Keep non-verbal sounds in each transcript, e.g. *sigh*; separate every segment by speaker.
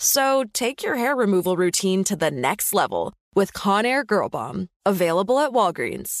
Speaker 1: So take your hair removal routine to the next level with Conair Girl Bomb, available at Walgreens.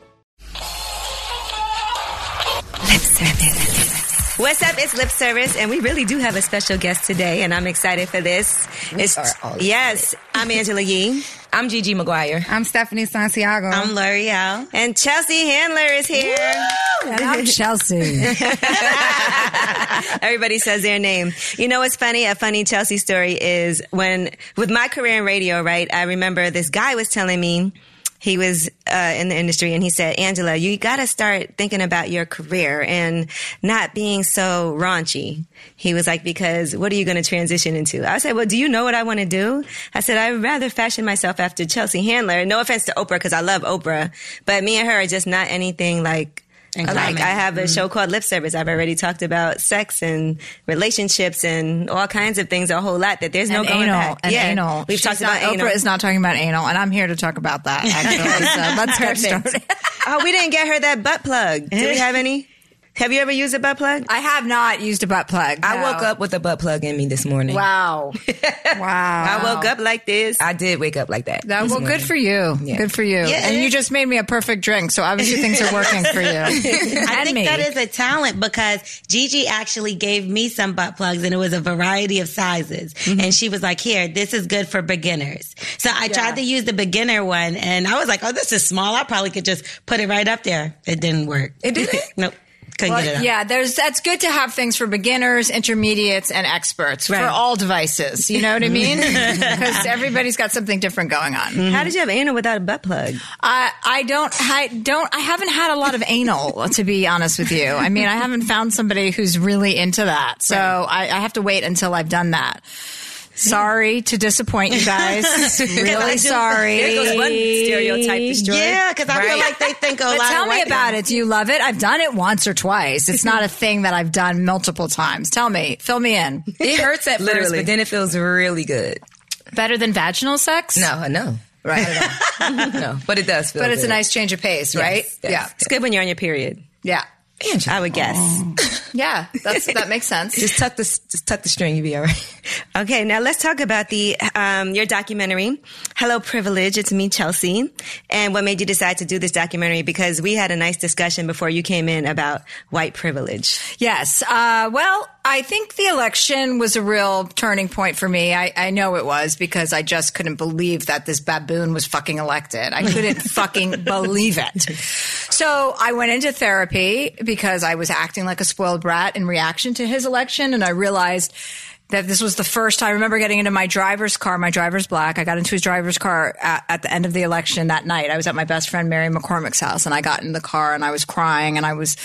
Speaker 2: Lip service. What's up? It's lip service, and we really do have a special guest today, and I'm excited for this.
Speaker 3: We are all
Speaker 2: yes, I'm Angela Yee. I'm Gigi McGuire.
Speaker 3: I'm Stephanie Santiago.
Speaker 4: I'm L'Oreal.
Speaker 2: And Chelsea Handler is here. *laughs*
Speaker 3: and I'm Chelsea.
Speaker 2: Everybody says their name. You know what's funny? A funny Chelsea story is when, with my career in radio, right? I remember this guy was telling me he was uh, in the industry and he said, Angela, you got to start thinking about your career and not being so raunchy. He was like, because what are you going to transition into? I said, well, do you know what I want to do? I said, I'd rather fashion myself after Chelsea Handler. No offense to Oprah because I love Oprah, but me and her are just not anything like like I have a show called Lip Service. I've already talked about sex and relationships and all kinds of things, a whole lot that there's no
Speaker 3: and
Speaker 2: going
Speaker 3: anal,
Speaker 2: back.
Speaker 3: and
Speaker 2: yeah,
Speaker 3: anal.
Speaker 2: we've
Speaker 3: She's
Speaker 2: talked
Speaker 3: not,
Speaker 2: about anal.
Speaker 3: Oprah is not talking about anal, and I'm here to talk about that. Actually, so let's get started.
Speaker 2: *laughs* oh, we didn't get her that butt plug. Do we have any? Have you ever used a butt plug?
Speaker 3: I have not used a butt plug.
Speaker 4: I
Speaker 3: no.
Speaker 4: woke up with a butt plug in me this morning.
Speaker 3: Wow, wow.
Speaker 2: I woke up like this.
Speaker 4: I did wake up like that.
Speaker 3: That, Mm-hmm. well, good for you. Good for you. And you just made me a perfect drink, so obviously things are working for you.
Speaker 5: I
Speaker 3: and
Speaker 5: think
Speaker 3: me.
Speaker 5: that is a talent because Gigi actually gave me some butt plugs and it was a variety of sizes.
Speaker 3: Mm-hmm.
Speaker 5: And she was like, here, this is good for beginners. So I tried to use the beginner one and I was like, oh, this is small. I probably could just put it right up there. It didn't work. It didn't? nope. Couldn't
Speaker 3: Well,
Speaker 5: get it up.
Speaker 3: yeah, there's that's good to have things for beginners, intermediates, and experts for all devices. You know what
Speaker 2: *laughs*
Speaker 3: I mean? Because everybody's got something different going on.
Speaker 2: How did you have anal without a butt plug?
Speaker 3: I I don't I don't I haven't had a lot of anal to be honest with you. I mean, I haven't found somebody who's really into that, so I, I have to wait until I've done that. Sorry to disappoint
Speaker 2: *laughs*
Speaker 3: you guys. really sorry.
Speaker 2: There goes one stereotype destroyed.
Speaker 5: Yeah, because I feel like they think a
Speaker 3: But
Speaker 5: lot
Speaker 3: tell
Speaker 5: of
Speaker 3: me
Speaker 5: white
Speaker 3: about
Speaker 5: guys-
Speaker 3: it. Do you love it? I've done it once or twice.
Speaker 4: *laughs*
Speaker 3: It's not a thing that I've done multiple times. Tell me. Fill me in.
Speaker 4: It hurts at first,
Speaker 2: Literally.
Speaker 4: but then it feels really good.
Speaker 3: Better than vaginal sex?
Speaker 4: No, no,
Speaker 3: Right.
Speaker 4: no. But it does *laughs* feel
Speaker 3: but it's a
Speaker 4: good.
Speaker 3: nice change of pace, right?
Speaker 4: yes.
Speaker 2: It's good when you're on your period.
Speaker 3: Yeah. Yeah.
Speaker 2: I would guess.
Speaker 3: Yeah. That's that makes
Speaker 4: *laughs*
Speaker 3: sense.
Speaker 4: Just tuck the just tuck the string, you be all right.
Speaker 2: *laughs* Okay, now let's talk about the um, your documentary, Hello Privilege. It's me, Chelsea, and what made you decide to do this documentary? Because we had a nice discussion before you came in about white privilege.
Speaker 3: Yes. Uh, well, I think the election was a real turning point for me. I, I know it was because I just couldn't believe that this baboon was fucking elected. I couldn't fucking believe it. So I went into therapy because I was acting like a spoiled brat in reaction to his election. And I realized that this was the first time I remember getting into my driver's car. My driver's black. I got into his driver's car at, at the end of the election that night. I was at my best friend Mary McCormick's house and I got in the car and I was crying and I was,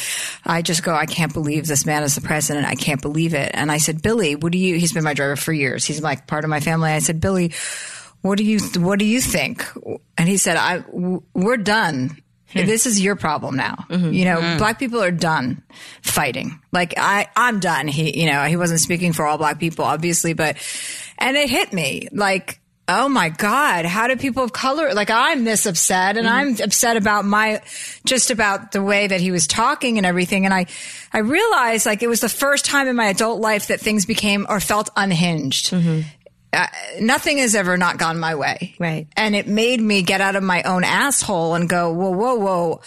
Speaker 3: I just go, I can't believe this man is the president. I can't believe it. And I said, Billy, what do you, he's been my driver for years. He's like part of my family. I said, Billy, what do you, what do you think? And he said, I, w- we're done. This is your problem now. You know, black people are done fighting. Like I, I'm done. He, you know, he wasn't speaking for all black people, obviously, but, and it hit me like, oh my God, how do people of color, like I'm this upset and I'm upset about my, just about the way that he was talking and everything. And I, I realized like it was the first time in my adult life that things became or felt unhinged. Uh, nothing has ever not gone my way.
Speaker 6: Right.
Speaker 3: And it made me get out of my own asshole and go, whoa, whoa, whoa.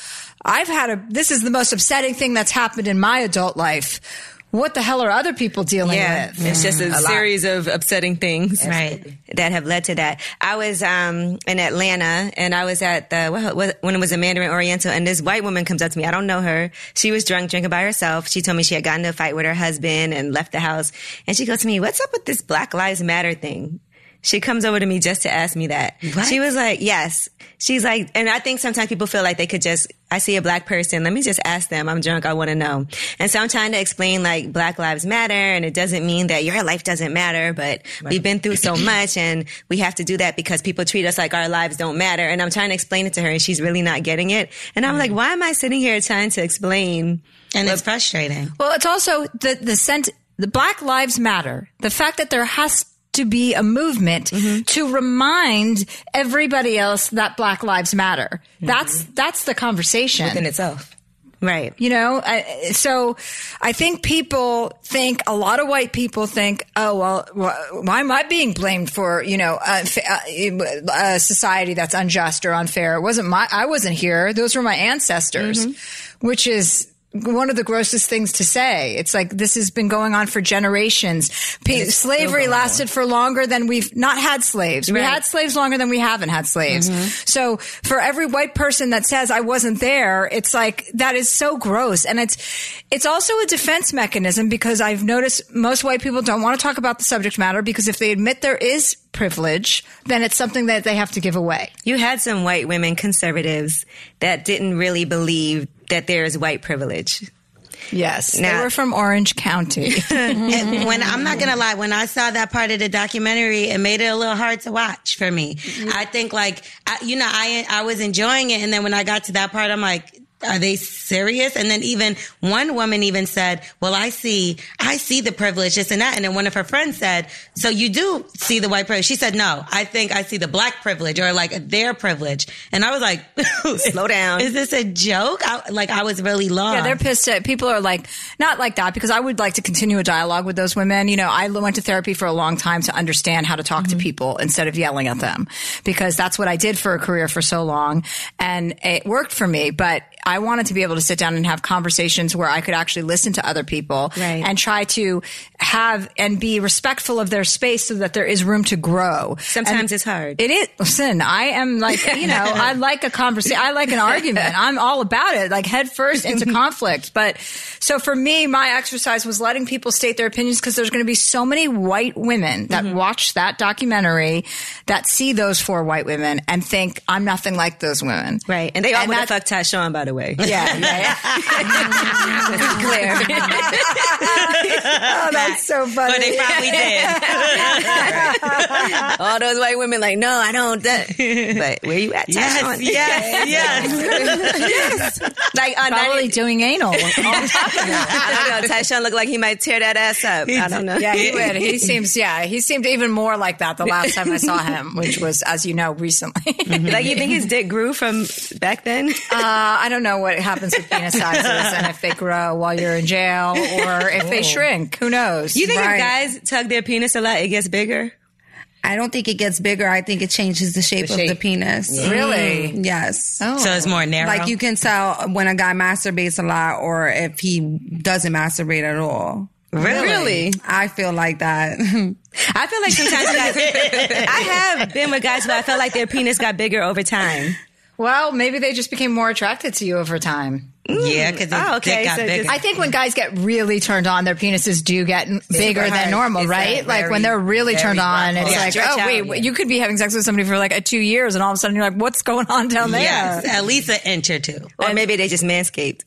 Speaker 3: I've had a, this is the most upsetting thing that's happened in my adult life. What the hell are other people dealing
Speaker 6: Yeah,
Speaker 3: with?
Speaker 6: it's
Speaker 2: Mm,
Speaker 6: just a, series of upsetting things,
Speaker 2: Absolutely.
Speaker 6: that have led to that. I was um, in Atlanta, and I was at the what- what- when it was a Mandarin Oriental, and this white woman comes up to me. I don't know her. She was drunk, drinking by herself. She told me she had gotten into a fight with her husband and left the house. And she goes to me, "What's up with this Black Lives Matter thing?" She comes over to me just to ask me that. She was like, "Yes." She's like, and I think sometimes people feel like they could just. I see a black person. Let me just ask them. I'm drunk. I want to know. And so I'm trying to explain like Black Lives Matter, and it doesn't mean that your life doesn't matter, but we've been through so much, and we have to do that because people treat us like our lives don't matter. And I'm trying to explain it to her, and she's really not getting it. And I'm
Speaker 7: Mm-hmm.
Speaker 6: like, why am I sitting here trying to explain?
Speaker 2: And it's frustrating.
Speaker 3: Well, it's also the the sense the Black Lives Matter. The fact that there has to be a movement
Speaker 6: Mm-hmm.
Speaker 3: to remind everybody else that Black Lives Matter. That's
Speaker 6: Mm-hmm.
Speaker 3: that's the conversation
Speaker 7: in itself.
Speaker 6: Right.
Speaker 3: you know I, so i think people think a lot of white people think oh well wh- why am i being blamed for you know a, a, a society that's unjust or unfair it wasn't my i wasn't here those were my ancestors which is one of the grossest things to say it's like this has been going on for generations P- slavery lasted for longer than we've not had slaves we had slaves longer than we haven't had slaves so for every white person that says i wasn't there it's like that is so gross and it's it's also a defense mechanism because i've noticed most white people don't want to talk about the subject matter because if they admit there is privilege then it's something that they have to give away
Speaker 6: You had some white women conservatives that didn't really believe that there is white privilege.
Speaker 3: yes
Speaker 6: Now-
Speaker 3: they were from orange county
Speaker 6: Mm-hmm.
Speaker 2: And when I'm not gonna lie, when I saw that part of the documentary, it made it a little hard to watch for me.
Speaker 6: Mm-hmm.
Speaker 2: I think like I, you know, I I was enjoying it, and then when I got to that part, I'm like. Are they serious? And then even one woman even said, "Well, I see, I see the privilege, this and that." And then one of her friends said, "So you do see the white privilege?" She said, "No, I think I see the black privilege or like their privilege." And I was like, *laughs*
Speaker 6: Slow down.
Speaker 2: Is this a joke?" I, like I was really lost.
Speaker 3: Yeah, they're pissed at people are like not like that because I would like to continue a dialogue with those women. You know, I l- went to therapy for a long time to understand how to talk
Speaker 6: Mm-hmm.
Speaker 3: to people instead of yelling at them because that's what I did for a career for so long and it worked for me, but I wanted to be able to sit down and have conversations where I could actually listen to other people
Speaker 6: Right.
Speaker 3: and try to have and be respectful of their space so that there is room to grow.
Speaker 6: Sometimes it's hard.
Speaker 3: It is. Listen, I am like, you know,
Speaker 2: *laughs*
Speaker 3: I like a conversation. I like an argument. I'm all about it, like head first into conflict. But so for me, my exercise was letting people state their opinions because there's going to be so many white women that
Speaker 2: Mm-hmm.
Speaker 3: watch that documentary that see those four white women and think, I'm nothing like those women.
Speaker 6: Right. And they all
Speaker 3: And
Speaker 6: would have
Speaker 3: that-
Speaker 6: fucked Tyshawn, by the way.
Speaker 3: Yeah, yeah,
Speaker 2: *laughs*
Speaker 3: yeah. Let's be clear. oh, that's so funny.
Speaker 2: but they probably did.
Speaker 6: *laughs* all those white women like, no, I don't. That. But where you at,
Speaker 2: yes,
Speaker 6: Tyshawn?
Speaker 2: yes, *laughs* yes.
Speaker 6: *laughs* Like, uh,
Speaker 3: Probably
Speaker 6: 90,
Speaker 3: doing anal.
Speaker 6: *laughs* I don't know. Tyshawn looked like he might tear that ass up. I don't know.
Speaker 3: Yeah, he would. He seems, yeah, he seemed even more like that the last time I
Speaker 6: *laughs*
Speaker 3: saw him, which was, as you know, recently.
Speaker 6: *laughs*
Speaker 3: *laughs*
Speaker 6: Like, you think his dick grew from back then?
Speaker 3: Uh, I don't know what happens with penis sizes and if they grow while you're in jail or if they shrink. Who knows?
Speaker 6: Oh. you think
Speaker 3: Right.
Speaker 6: if guys tug their penis a lot, it gets bigger?
Speaker 5: I don't think it gets bigger. I think it changes the shape, of the penis.
Speaker 3: Mm.
Speaker 5: Mm,
Speaker 3: Really? Oh.
Speaker 5: Yes.
Speaker 2: So it's more narrow.
Speaker 5: Like you can tell when a guy masturbates a lot or if he doesn't masturbate at all.
Speaker 6: Really? Really?
Speaker 5: I feel like that. *laughs*
Speaker 6: I feel like sometimes guys, *laughs* I have been with guys where I felt like their penis got bigger over time.
Speaker 3: Well, maybe they just became more attracted to you over time.
Speaker 2: Yeah, because
Speaker 6: Oh, okay,
Speaker 2: dick got
Speaker 6: so
Speaker 2: bigger.
Speaker 6: just-
Speaker 3: I think when guys get really turned on, their penises do get n- bigger than normal, right? Like when they're really turned on, it's like,
Speaker 6: stretch
Speaker 3: oh,
Speaker 6: out,
Speaker 3: wait, you could be having sex with somebody for like a two years and all of a sudden you're like, what's going on down there?
Speaker 2: yes, at least an inch or two,
Speaker 6: Or maybe they just manscaped.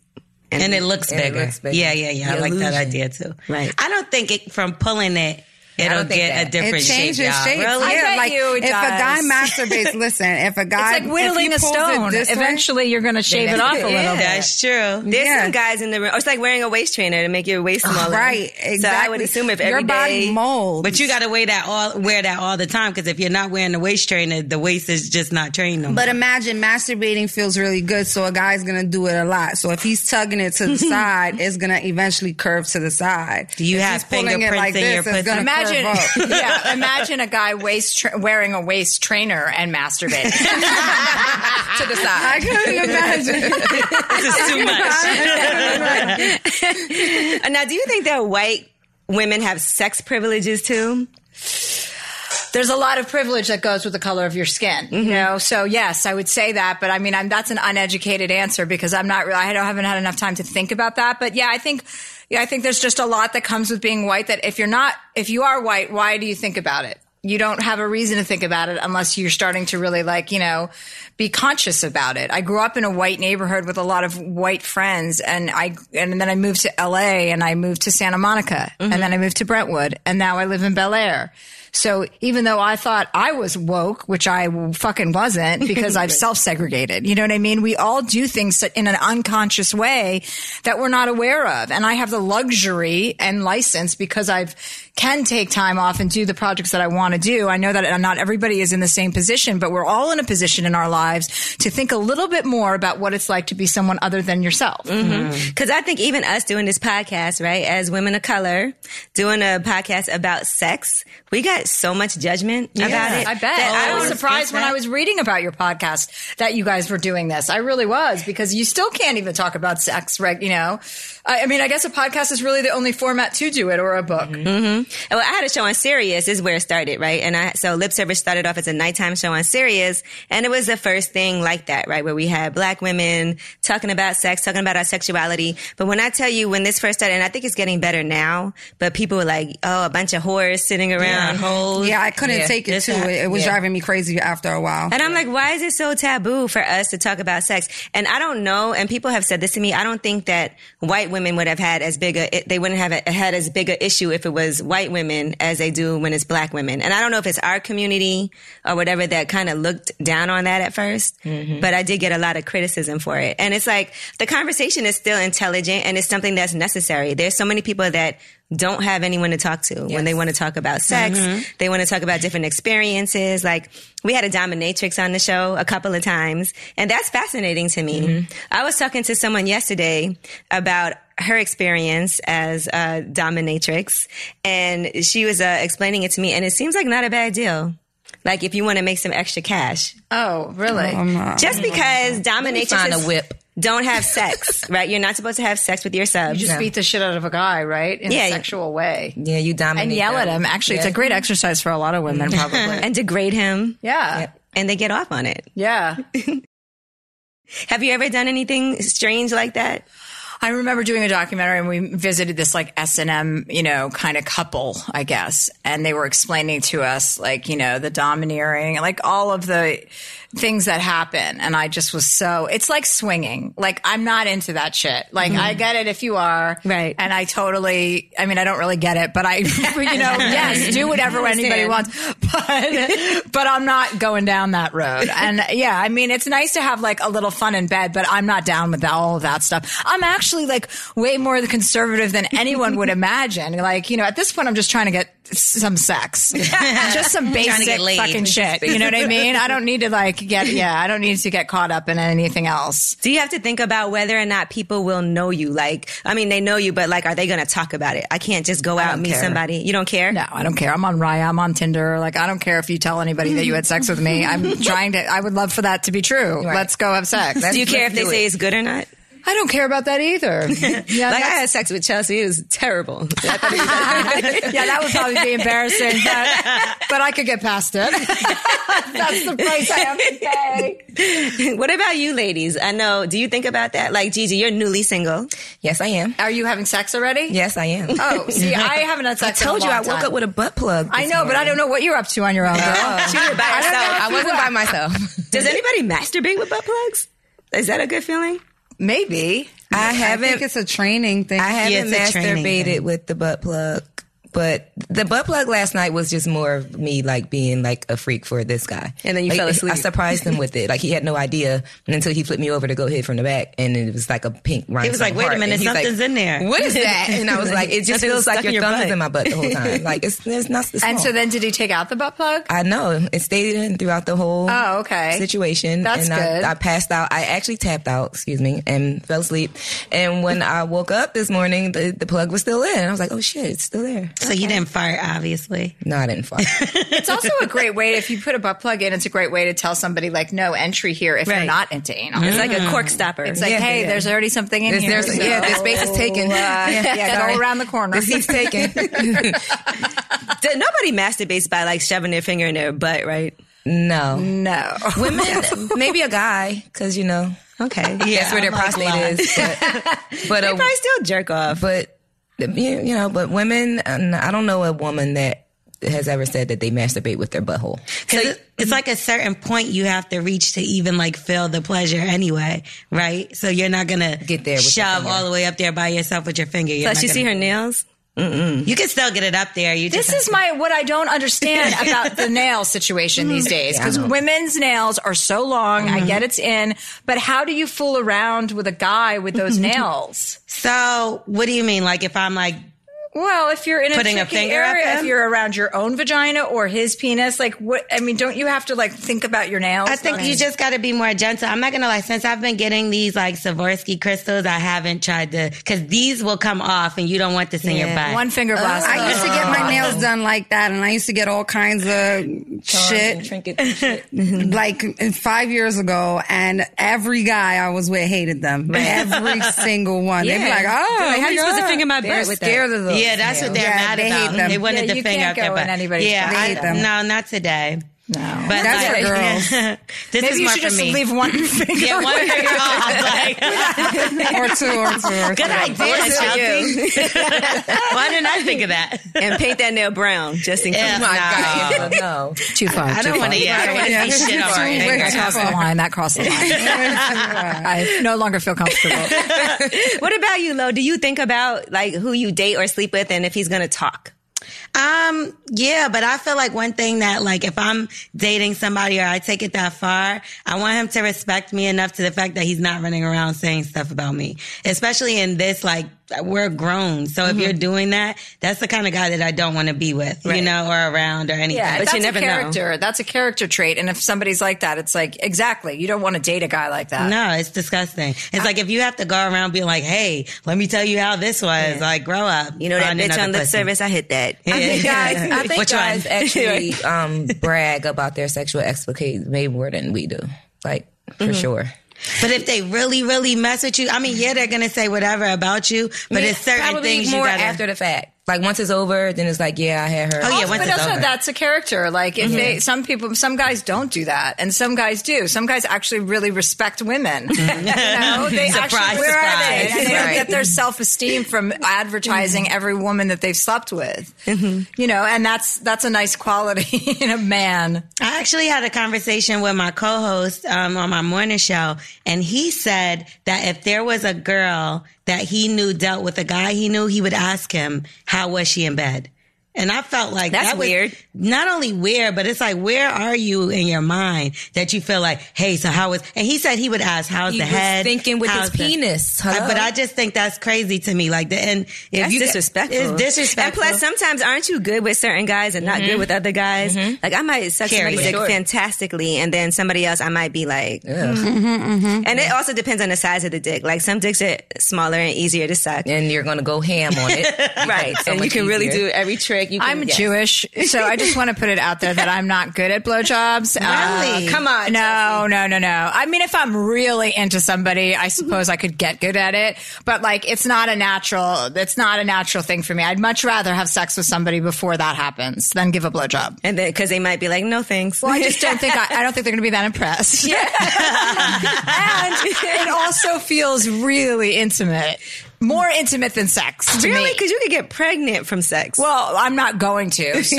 Speaker 2: and it looks, bigger.
Speaker 7: looks bigger.
Speaker 2: Yeah, yeah, yeah. I
Speaker 7: The
Speaker 2: like that
Speaker 7: illusion.
Speaker 2: idea too.
Speaker 6: Right.
Speaker 2: I don't think it from pulling it. It'll
Speaker 7: think
Speaker 2: get
Speaker 7: that.
Speaker 2: a
Speaker 5: It
Speaker 2: different shape,
Speaker 5: changes
Speaker 2: y'all.
Speaker 5: shape.
Speaker 3: Really? I
Speaker 5: Yeah,
Speaker 3: bet
Speaker 5: like
Speaker 3: you it
Speaker 5: if a guy
Speaker 3: does. *laughs*
Speaker 5: masturbates, listen, if a guy
Speaker 3: It's like whittling
Speaker 5: if
Speaker 3: a
Speaker 5: he pulls it
Speaker 3: stone.
Speaker 5: this way-
Speaker 3: Eventually, you're going to shave
Speaker 5: *laughs*
Speaker 3: it off a little bit.
Speaker 2: That's true.
Speaker 6: There's
Speaker 5: Yeah.
Speaker 6: some guys in the room. Or it's like wearing a waist trainer to make
Speaker 2: *laughs*
Speaker 6: your waist smaller.
Speaker 5: right? Exactly.
Speaker 6: So I would assume if every
Speaker 5: your body
Speaker 6: day-
Speaker 5: molds,
Speaker 2: But you got to wear that all wear that all the time because if you're not wearing the waist trainer, the waist is just not trained. No more.
Speaker 5: But imagine masturbating feels really good, so a guy's gonna do it a lot. So if he's tugging it
Speaker 3: *laughs*
Speaker 5: to the side, it's gonna eventually curve to the side.
Speaker 2: Do you
Speaker 5: If
Speaker 2: have
Speaker 5: he's pulling it
Speaker 2: fingerprints
Speaker 5: like
Speaker 2: in your
Speaker 5: this, it's
Speaker 2: pussy?
Speaker 5: gonna curve up.
Speaker 3: Imagine, *laughs* yeah, imagine a guy waist tra- wearing a waist trainer and masturbating. *laughs*
Speaker 7: to the
Speaker 5: I
Speaker 7: side.
Speaker 5: couldn't imagine.
Speaker 2: this is
Speaker 3: *laughs*
Speaker 2: too much. *laughs*
Speaker 6: Uh, Now, do you think that white women have sex privileges too?
Speaker 3: There's a lot of privilege that goes with the color of your skin, you know. So yes, I would say that, but I mean, I'm, that's an uneducated answer because I'm not really. I don't, haven't had enough time to think about that. But yeah, I think, yeah, I think there's just a lot that comes with being white. That if you're not, if you are white, why do you think about it? You don't have a reason to think about it unless you're starting to really like, you know, be conscious about it. I grew up in a white neighborhood with a lot of white friends and I and then I moved to LA and I moved to Santa Monica and then I moved to Brentwood and now I live in Bel Air. So even though I thought I was woke, which I fucking wasn't because I've self segregated, you know what I mean? We all do things that- in an unconscious way that we're not aware of. And I have the luxury and license because I've can take time off and do the projects that I want to do. I know that not everybody is in the same position, but we're all in a position in our lives to think a little bit more about what it's like to be someone other than yourself.
Speaker 6: Because I think even us doing this podcast, right, as women of color, doing a podcast about sex, we got so much judgment about it.
Speaker 3: I bet.
Speaker 6: that
Speaker 3: I was
Speaker 6: don't-
Speaker 3: surprised when I was reading about your podcast that you guys were doing this. I really was because you still can't even talk about sex, right? You know, I, I mean, I guess a podcast is really the only format to do it or a book.
Speaker 7: Mm-hmm.
Speaker 6: Well, I had a show on Sirius is where it started, right? And I, so lip service started off as a nighttime show on Sirius. And it was the first thing like that, right? Where we had black women talking about sex, talking about our sexuality. But when I tell you when this first started, and I think it's getting better now, but people were like, oh, a bunch of whores sitting around, hoes.
Speaker 5: Yeah, I couldn't take it
Speaker 6: This
Speaker 5: too.
Speaker 6: is-
Speaker 5: It, it was
Speaker 6: yeah.
Speaker 5: driving me crazy after a while.
Speaker 6: And I'm like, why is it so taboo for us to talk about sex? And I don't know. And people have said this to me. I don't think that white women would have had as big a, it- they wouldn't have a- had as big a issue if it was white women as they do when it's black women. And I don't know if it's our community or whatever that kind of looked down on that at 1st but I did get a lot of criticism for it. And it's like the conversation is still intelligent and it's something that's necessary. There's so many people that don't have anyone to talk to when they want to talk about sex.
Speaker 3: Mm-hmm.
Speaker 6: They want to talk about different experiences. Like we had a dominatrix on the show a couple of times and that's fascinating to me.
Speaker 3: Mm-hmm.
Speaker 6: I was talking to someone yesterday about her experience as a dominatrix and she was uh, explaining it to me and it seems like not a bad deal. Like if you want to make some extra cash,
Speaker 3: Oh, really?
Speaker 6: just because
Speaker 7: Find a
Speaker 6: dominatrixes
Speaker 7: whip.
Speaker 6: don't
Speaker 3: *laughs*
Speaker 6: have sex, right? You're not supposed to have sex with your subs.
Speaker 3: you just beat the shit out of a guy, right? In
Speaker 6: Yeah.
Speaker 3: a sexual way.
Speaker 7: Yeah, you dominate.
Speaker 3: And yell at
Speaker 7: them.
Speaker 3: him. Actually, it's
Speaker 7: Yeah. Mm-hmm.
Speaker 3: a great exercise for a lot of women,
Speaker 7: *laughs*
Speaker 3: probably.
Speaker 6: and degrade him.
Speaker 3: yeah.
Speaker 6: And they get off on it.
Speaker 3: Yeah.
Speaker 6: Have you ever done anything strange like that?
Speaker 3: I remember doing a documentary and we visited this like S and M, you know, kind of couple, I guess, and they were explaining to us like you know the domineering, like all of the things that happen, and I just was so it's like swinging. Like I'm not into that shit. Like I get it if you are,
Speaker 6: Right.
Speaker 3: And I totally, I mean, I don't really get it, but I, *laughs* you know, yes, do whatever anybody wants, *laughs* but but I'm not going down that road. And yeah, I mean, it's nice to have like a little fun in bed, but I'm not down with that- all of that stuff. I'm actually like way more the conservative than anyone would imagine. Like, you know, at this point, I'm just trying to get some
Speaker 6: *laughs*
Speaker 3: sex, just some basic
Speaker 2: laid.
Speaker 3: fucking shit. You know what I mean? I don't need to like get, yeah, I don't need to get caught up in anything else.
Speaker 6: Do you have to think about whether or not people will know you? Like, I mean, they know you, but like, are they going to talk about it? I can't just go out and meet
Speaker 3: care.
Speaker 6: somebody. You don't care?
Speaker 3: No, I don't care. I'm on Raya. I'm on Tinder. Like, I don't care if you tell anybody that you had sex with me.
Speaker 6: *laughs*
Speaker 3: I'm trying to, I would love for that to be true. Let's go have sex.
Speaker 6: Do you care if they say it's good or not?
Speaker 3: I don't care about that
Speaker 7: *laughs*
Speaker 3: either. Yeah,
Speaker 6: like, I
Speaker 3: that's-
Speaker 6: had sex with Chelsea. It was terrible. *laughs*
Speaker 3: *laughs* yeah, that would probably be embarrassing, but, but I could get past
Speaker 7: *laughs*
Speaker 3: it. That's the price I have to pay.
Speaker 6: what about you, ladies? I know. Do you think about that? Like, Gigi, you're newly single.
Speaker 7: Yes, I am.
Speaker 3: Are you having sex already?
Speaker 7: Yes, *laughs* I am.
Speaker 3: Oh, see, I haven't had
Speaker 7: I
Speaker 3: sex. in a
Speaker 7: told you I
Speaker 3: long
Speaker 7: woke
Speaker 3: time.
Speaker 7: up with a butt plug.
Speaker 3: I
Speaker 7: this *laughs*
Speaker 3: know, but I don't know what you're up to on your own, girl.
Speaker 6: She was *laughs* by
Speaker 7: morning.
Speaker 6: herself.
Speaker 7: I wasn't by myself.
Speaker 6: Does anybody masturbate with butt plugs? Is that a good feeling?
Speaker 3: Maybe.
Speaker 7: I
Speaker 5: I think
Speaker 7: haven't.
Speaker 5: it's a training thing.
Speaker 7: I
Speaker 2: Yeah,
Speaker 7: haven't
Speaker 2: it's a training
Speaker 7: masturbated with the butt plug. But the butt plug last night was just more of me like being like a freak for this guy.
Speaker 8: And then you
Speaker 7: Like,
Speaker 8: fell asleep.
Speaker 7: I surprised him with it. Like he had no idea until he flipped me over to go hit from the back, and it was like a pink rhinestone.
Speaker 2: was like, "Wait a
Speaker 7: heart." And
Speaker 2: minute,
Speaker 7: he's like,
Speaker 2: something's in there.
Speaker 8: *laughs*
Speaker 7: What is that? And I was like, it just
Speaker 8: Something
Speaker 7: feels
Speaker 8: stuck
Speaker 7: like
Speaker 8: in
Speaker 7: your,
Speaker 8: your
Speaker 7: thumb's
Speaker 8: butt.
Speaker 7: in my butt the
Speaker 8: *laughs*
Speaker 7: whole time. Like it's there's not. It's
Speaker 3: And
Speaker 7: small.
Speaker 3: so then did he take out the butt plug?
Speaker 7: I know it stayed in throughout the whole
Speaker 3: Oh, okay.
Speaker 7: situation.
Speaker 3: That's
Speaker 7: and I,
Speaker 3: good.
Speaker 7: I passed out. I actually tapped out, excuse me, and fell asleep. And when I woke up this morning, the, the plug was still in. I was like, oh shit, it's still there.
Speaker 2: So you didn't fart, obviously.
Speaker 7: No, I didn't fart.
Speaker 3: It's also a great way if you put a butt plug in. It's a great way to tell somebody like no entry here if you're
Speaker 2: Right.
Speaker 3: not into anal.
Speaker 8: It's like a cork stopper.
Speaker 3: It's like, hey, there's already something in
Speaker 7: There's-
Speaker 3: here.
Speaker 7: there's- yeah,
Speaker 3: so,
Speaker 7: the space is taken.
Speaker 3: uh, yeah,
Speaker 7: sorry.
Speaker 3: go around the corner.
Speaker 7: the seat's taken.
Speaker 8: D- Nobody masturbates by like shoving their finger in their butt, right?
Speaker 3: *laughs*
Speaker 7: no.
Speaker 3: no.
Speaker 7: Women, *laughs* maybe a guy, because you know,
Speaker 2: *laughs*
Speaker 8: Okay.
Speaker 7: that's where their prostate *laughs* is. But, but a,
Speaker 8: Probably still jerk off.
Speaker 7: but you you know, but women, uh, I don't know a woman that has ever said that they masturbate with their butthole.
Speaker 2: Because it's like a certain point you have to reach to even like feel the pleasure anyway, right? So you're not gonna
Speaker 7: Get there with your
Speaker 2: shove
Speaker 7: finger.
Speaker 2: all the way up there by yourself with your finger. You're
Speaker 8: Plus,
Speaker 2: not
Speaker 8: you see
Speaker 2: gonna-
Speaker 8: her nails.
Speaker 2: You can still get it up there. You just
Speaker 3: This is my what I don't
Speaker 7: *laughs*
Speaker 3: understand about the nail situation
Speaker 7: Mm.
Speaker 3: these days because women's nails are so long.
Speaker 7: Mm-hmm.
Speaker 3: I get it's in, but how do you fool around with a guy with
Speaker 7: *laughs*
Speaker 3: those nails?
Speaker 2: so. What do you mean? Like if I'm like
Speaker 3: Well, if you're in a
Speaker 2: Putting a
Speaker 3: tricky
Speaker 2: finger up
Speaker 3: area, if
Speaker 2: him?
Speaker 3: you're around your own vagina or his penis, like what? I mean, don't you have to like think about your nails?
Speaker 2: I think you just got to be more gentle. I'm not gonna lie. Since I've been getting these like Savorsky crystals, I haven't tried to because these will come off, and you don't want this in your butt.
Speaker 3: one finger blast.
Speaker 5: I used to get my nails done like that, and I used to get all kinds of shit.
Speaker 7: Trinket.
Speaker 8: *laughs*
Speaker 7: shit.
Speaker 8: Mm-hmm.
Speaker 5: like five years ago, and every guy I was with hated
Speaker 8: *laughs*
Speaker 5: them. Every single one. They'd be like, "Oh,
Speaker 8: Like, how
Speaker 5: my
Speaker 8: you supposed to
Speaker 5: God."
Speaker 8: finger my
Speaker 5: They're
Speaker 8: butt with that?
Speaker 5: scared of those.
Speaker 2: yeah, that's what they're
Speaker 5: Yeah,
Speaker 2: mad
Speaker 5: they hate
Speaker 2: about.
Speaker 5: them.
Speaker 2: They
Speaker 3: Yeah,
Speaker 2: wanted
Speaker 3: you
Speaker 2: the finger
Speaker 3: can't
Speaker 2: up their
Speaker 3: go in
Speaker 2: butt.
Speaker 3: anybody's
Speaker 2: yeah,
Speaker 3: butt. They
Speaker 2: I-
Speaker 5: hate them.
Speaker 2: No, not today.
Speaker 3: No.
Speaker 2: But
Speaker 5: That's
Speaker 2: like, *laughs*
Speaker 5: for girls.
Speaker 2: this
Speaker 3: Maybe
Speaker 2: is
Speaker 3: you
Speaker 2: more
Speaker 3: should
Speaker 2: for
Speaker 3: just
Speaker 2: me.
Speaker 3: leave one *laughs*
Speaker 2: *laughs*
Speaker 3: finger.
Speaker 2: Yeah, one finger
Speaker 3: *laughs*
Speaker 2: *laughs* off. Like,
Speaker 5: *laughs* or two, or two,
Speaker 8: *laughs*
Speaker 5: or two.
Speaker 2: good idea, Chelsea. Why didn't I think of *laughs* that?
Speaker 8: and paint that nail brown just in case.
Speaker 2: Yeah, nah.
Speaker 7: Oh, no.
Speaker 3: Too far.
Speaker 2: I don't want to. Yeah, I don't want to
Speaker 5: Yeah.
Speaker 2: see shit on my
Speaker 5: Too
Speaker 2: finger.
Speaker 3: That
Speaker 5: much.
Speaker 3: crossed the line. That crossed the line. *laughs* I no longer feel comfortable.
Speaker 8: What about you, Lo? Do you think about like who you date or sleep with and if he's going to talk?
Speaker 2: Um, yeah, but I feel like one thing that like if I'm dating somebody or I take it that far, I want him to respect me enough to the fact that he's not running around saying stuff about me. Especially in this, like we're grown. So if you're doing that, that's the kind of guy that I don't want to be with, you know, or around or anything.
Speaker 3: *laughs* Yeah, that's
Speaker 8: you never
Speaker 3: a
Speaker 8: know.
Speaker 3: character. That's a character trait. And if somebody's like that, it's like exactly. You don't want to date a guy like that.
Speaker 2: No, it's disgusting. It's like if you have to go around being like, "Hey, let me tell you how this was." Like, grow up.
Speaker 8: You know that
Speaker 2: Find
Speaker 8: bitch
Speaker 2: another
Speaker 8: on lip
Speaker 2: pussy.
Speaker 8: service? I hit that.
Speaker 2: Yeah.
Speaker 7: I think guys, I think
Speaker 2: Which
Speaker 7: guys
Speaker 2: one? *laughs*
Speaker 7: actually um, brag about their sexual escapades way more than we do. Like for
Speaker 5: Mm-hmm.
Speaker 7: sure.
Speaker 2: But if they really, really mess with you, I mean, yeah, they're gonna say whatever about you. But it's certain
Speaker 7: Probably
Speaker 2: things
Speaker 7: more
Speaker 2: you gotta.
Speaker 7: after the fact. Like once it's over, then it's like, yeah, I had her.
Speaker 2: Oh, yeah,
Speaker 3: Also-
Speaker 2: once
Speaker 3: but
Speaker 2: it's
Speaker 3: also
Speaker 2: over. Mm-hmm.
Speaker 3: that's a character. Like if they, some people, some guys don't do that, and some guys do. Some guys actually really respect women. *laughs* you know, they
Speaker 2: Mm-hmm. Surprise, Mm-hmm.
Speaker 3: actually, where are
Speaker 2: surprise.
Speaker 3: they? And they don't
Speaker 7: Right.
Speaker 3: get their self esteem from advertising
Speaker 2: Mm-hmm.
Speaker 3: every woman that they've slept with. You know, and that's that's a nice quality *laughs* in a man.
Speaker 2: I actually had a conversation with my co-host um, on my morning show, and he said that if there was a girl that he knew dealt with a guy he knew, he would ask him how was she in bed. And I felt like
Speaker 8: That's
Speaker 2: that was
Speaker 8: weird.
Speaker 2: Not only weird, but it's like where are you in your mind that you feel like, hey, so how was? And he said he would ask, how's
Speaker 7: He
Speaker 2: the
Speaker 7: was
Speaker 2: head?
Speaker 7: thinking with his
Speaker 2: How's the-
Speaker 7: penis. Hello?
Speaker 2: I- but I just think that's crazy to me. Like, the, and if
Speaker 8: That's
Speaker 2: you get-
Speaker 8: disrespectful.
Speaker 2: It's disrespectful.
Speaker 8: And plus, sometimes aren't you good with certain guys and not
Speaker 3: Mm-hmm.
Speaker 8: good with other guys? Like I might suck
Speaker 2: Carry
Speaker 8: somebody's
Speaker 2: it.
Speaker 8: dick fantastically, and then somebody else I might be like. "Hmm." And it also depends on the size of the dick. Like some dicks are smaller and easier to suck.
Speaker 7: and you're gonna go ham on it,
Speaker 8: *laughs* Right,
Speaker 7: So
Speaker 8: and you
Speaker 7: much
Speaker 8: can really
Speaker 7: easier.
Speaker 8: do every trick. You can,
Speaker 3: I'm
Speaker 8: yes.
Speaker 3: Jewish, so I just want to put it out there that I'm not good at blowjobs.
Speaker 2: Really?
Speaker 3: come on. No, no, no, no. I mean, if I'm really into somebody, I suppose I could get good at it. But like, it's not a natural. It's not a natural thing for me. I'd much rather have sex with somebody before that happens than give a blowjob.
Speaker 8: and then because they might be like, "No thanks."
Speaker 3: Well,
Speaker 8: *laughs*
Speaker 3: I just don't think I, I don't think they're going to be that impressed. Yeah, and it also feels really intimate. more intimate than sex. to
Speaker 6: Really?
Speaker 3: me.
Speaker 6: Because you could get pregnant from
Speaker 8: *laughs*
Speaker 6: sex.
Speaker 3: Well, I'm not going *laughs* to. So so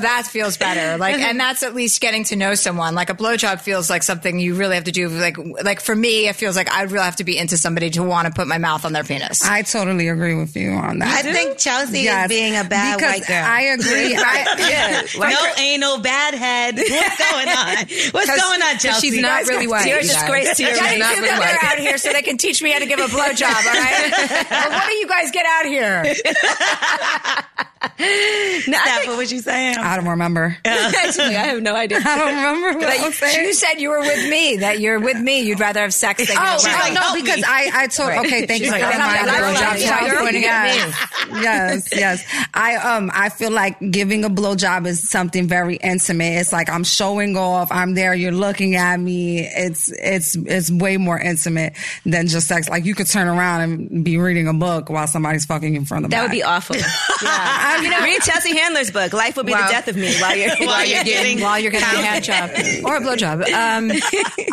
Speaker 3: that feels better. Like and that's at least getting to know someone. Like a blowjob feels like something you really have to do like like for me it feels like I'd really have to be into somebody to want to put my mouth on their penis.
Speaker 5: I totally agree with you on that.
Speaker 2: I think Chelsea
Speaker 5: Yes,
Speaker 2: is being a bad
Speaker 5: because
Speaker 2: white girl.
Speaker 5: I
Speaker 2: *laughs*
Speaker 5: agree. I, *laughs*
Speaker 2: no anal bad head. What's going on? What's going on, Chelsea?
Speaker 7: She's not really white.
Speaker 3: You're a
Speaker 7: you guys.
Speaker 3: disgrace to your
Speaker 7: She's
Speaker 3: Getting
Speaker 7: not
Speaker 3: two
Speaker 7: really
Speaker 3: women
Speaker 7: white.
Speaker 3: out here so they can teach me how to give a blowjob, all right?
Speaker 7: *laughs*
Speaker 3: Well, what do you guys get out here?
Speaker 2: Steph, what was you saying?
Speaker 5: I don't remember. *laughs*
Speaker 6: Actually, I have no idea.
Speaker 8: *laughs*
Speaker 5: I don't remember what I was saying.
Speaker 3: You said you were with me, that you're with me, you'd rather have sex than
Speaker 5: Oh,
Speaker 3: have sex.
Speaker 5: oh, no, because I, I told, okay, thank you for
Speaker 3: like, I'm
Speaker 5: reminding
Speaker 3: not
Speaker 5: me.
Speaker 3: allowed to
Speaker 5: Job
Speaker 3: tell you.
Speaker 5: pointing
Speaker 3: You're
Speaker 5: out. Yes, yes. I, um, I feel like giving a blowjob is something very intimate. It's like I'm showing off. I'm there. You're looking at me. It's, it's, it's way more intimate than just sex. Like you could turn around and be reading a book while somebody's fucking in front of
Speaker 6: That would be
Speaker 5: my-
Speaker 3: *laughs*
Speaker 6: awful. You know, read Chelsea Handler's book, Life Will Be the Death of Me, while
Speaker 3: *laughs*
Speaker 6: you're, *laughs*
Speaker 2: While you're getting
Speaker 3: while you're getting a hand job or a blowjob. Um,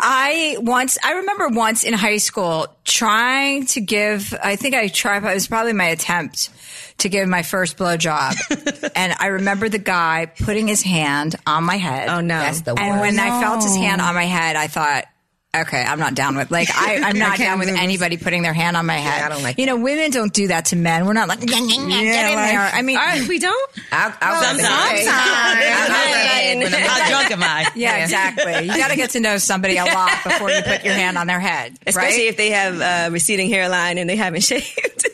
Speaker 3: *laughs* I once, I remember once in high school trying to give, I think I tried, it was probably my attempt to give my first *laughs* blowjob. and I remember the guy putting his hand on my head. Oh
Speaker 6: no.
Speaker 7: That's the
Speaker 3: And
Speaker 7: worst.
Speaker 3: when I felt his hand on my head, I thought, Okay, I'm not down with like *laughs* I, I'm not down with anybody putting their hand on my head.
Speaker 7: I don't like
Speaker 3: you know, women don't do that to men. We're not like yeah, get in there. I mean,
Speaker 6: we don't?
Speaker 7: I'll, I'll
Speaker 2: Sometimes.
Speaker 3: *laughs*
Speaker 7: Sometimes. *laughs*
Speaker 2: How drunk am I?
Speaker 3: Yeah, exactly. You got to get to know somebody a *laughs* lot before you put your hand on their head,
Speaker 6: Especially
Speaker 3: right?
Speaker 6: if they have uh, receding hairline and they
Speaker 3: *laughs*
Speaker 6: haven't *laughs* shaved.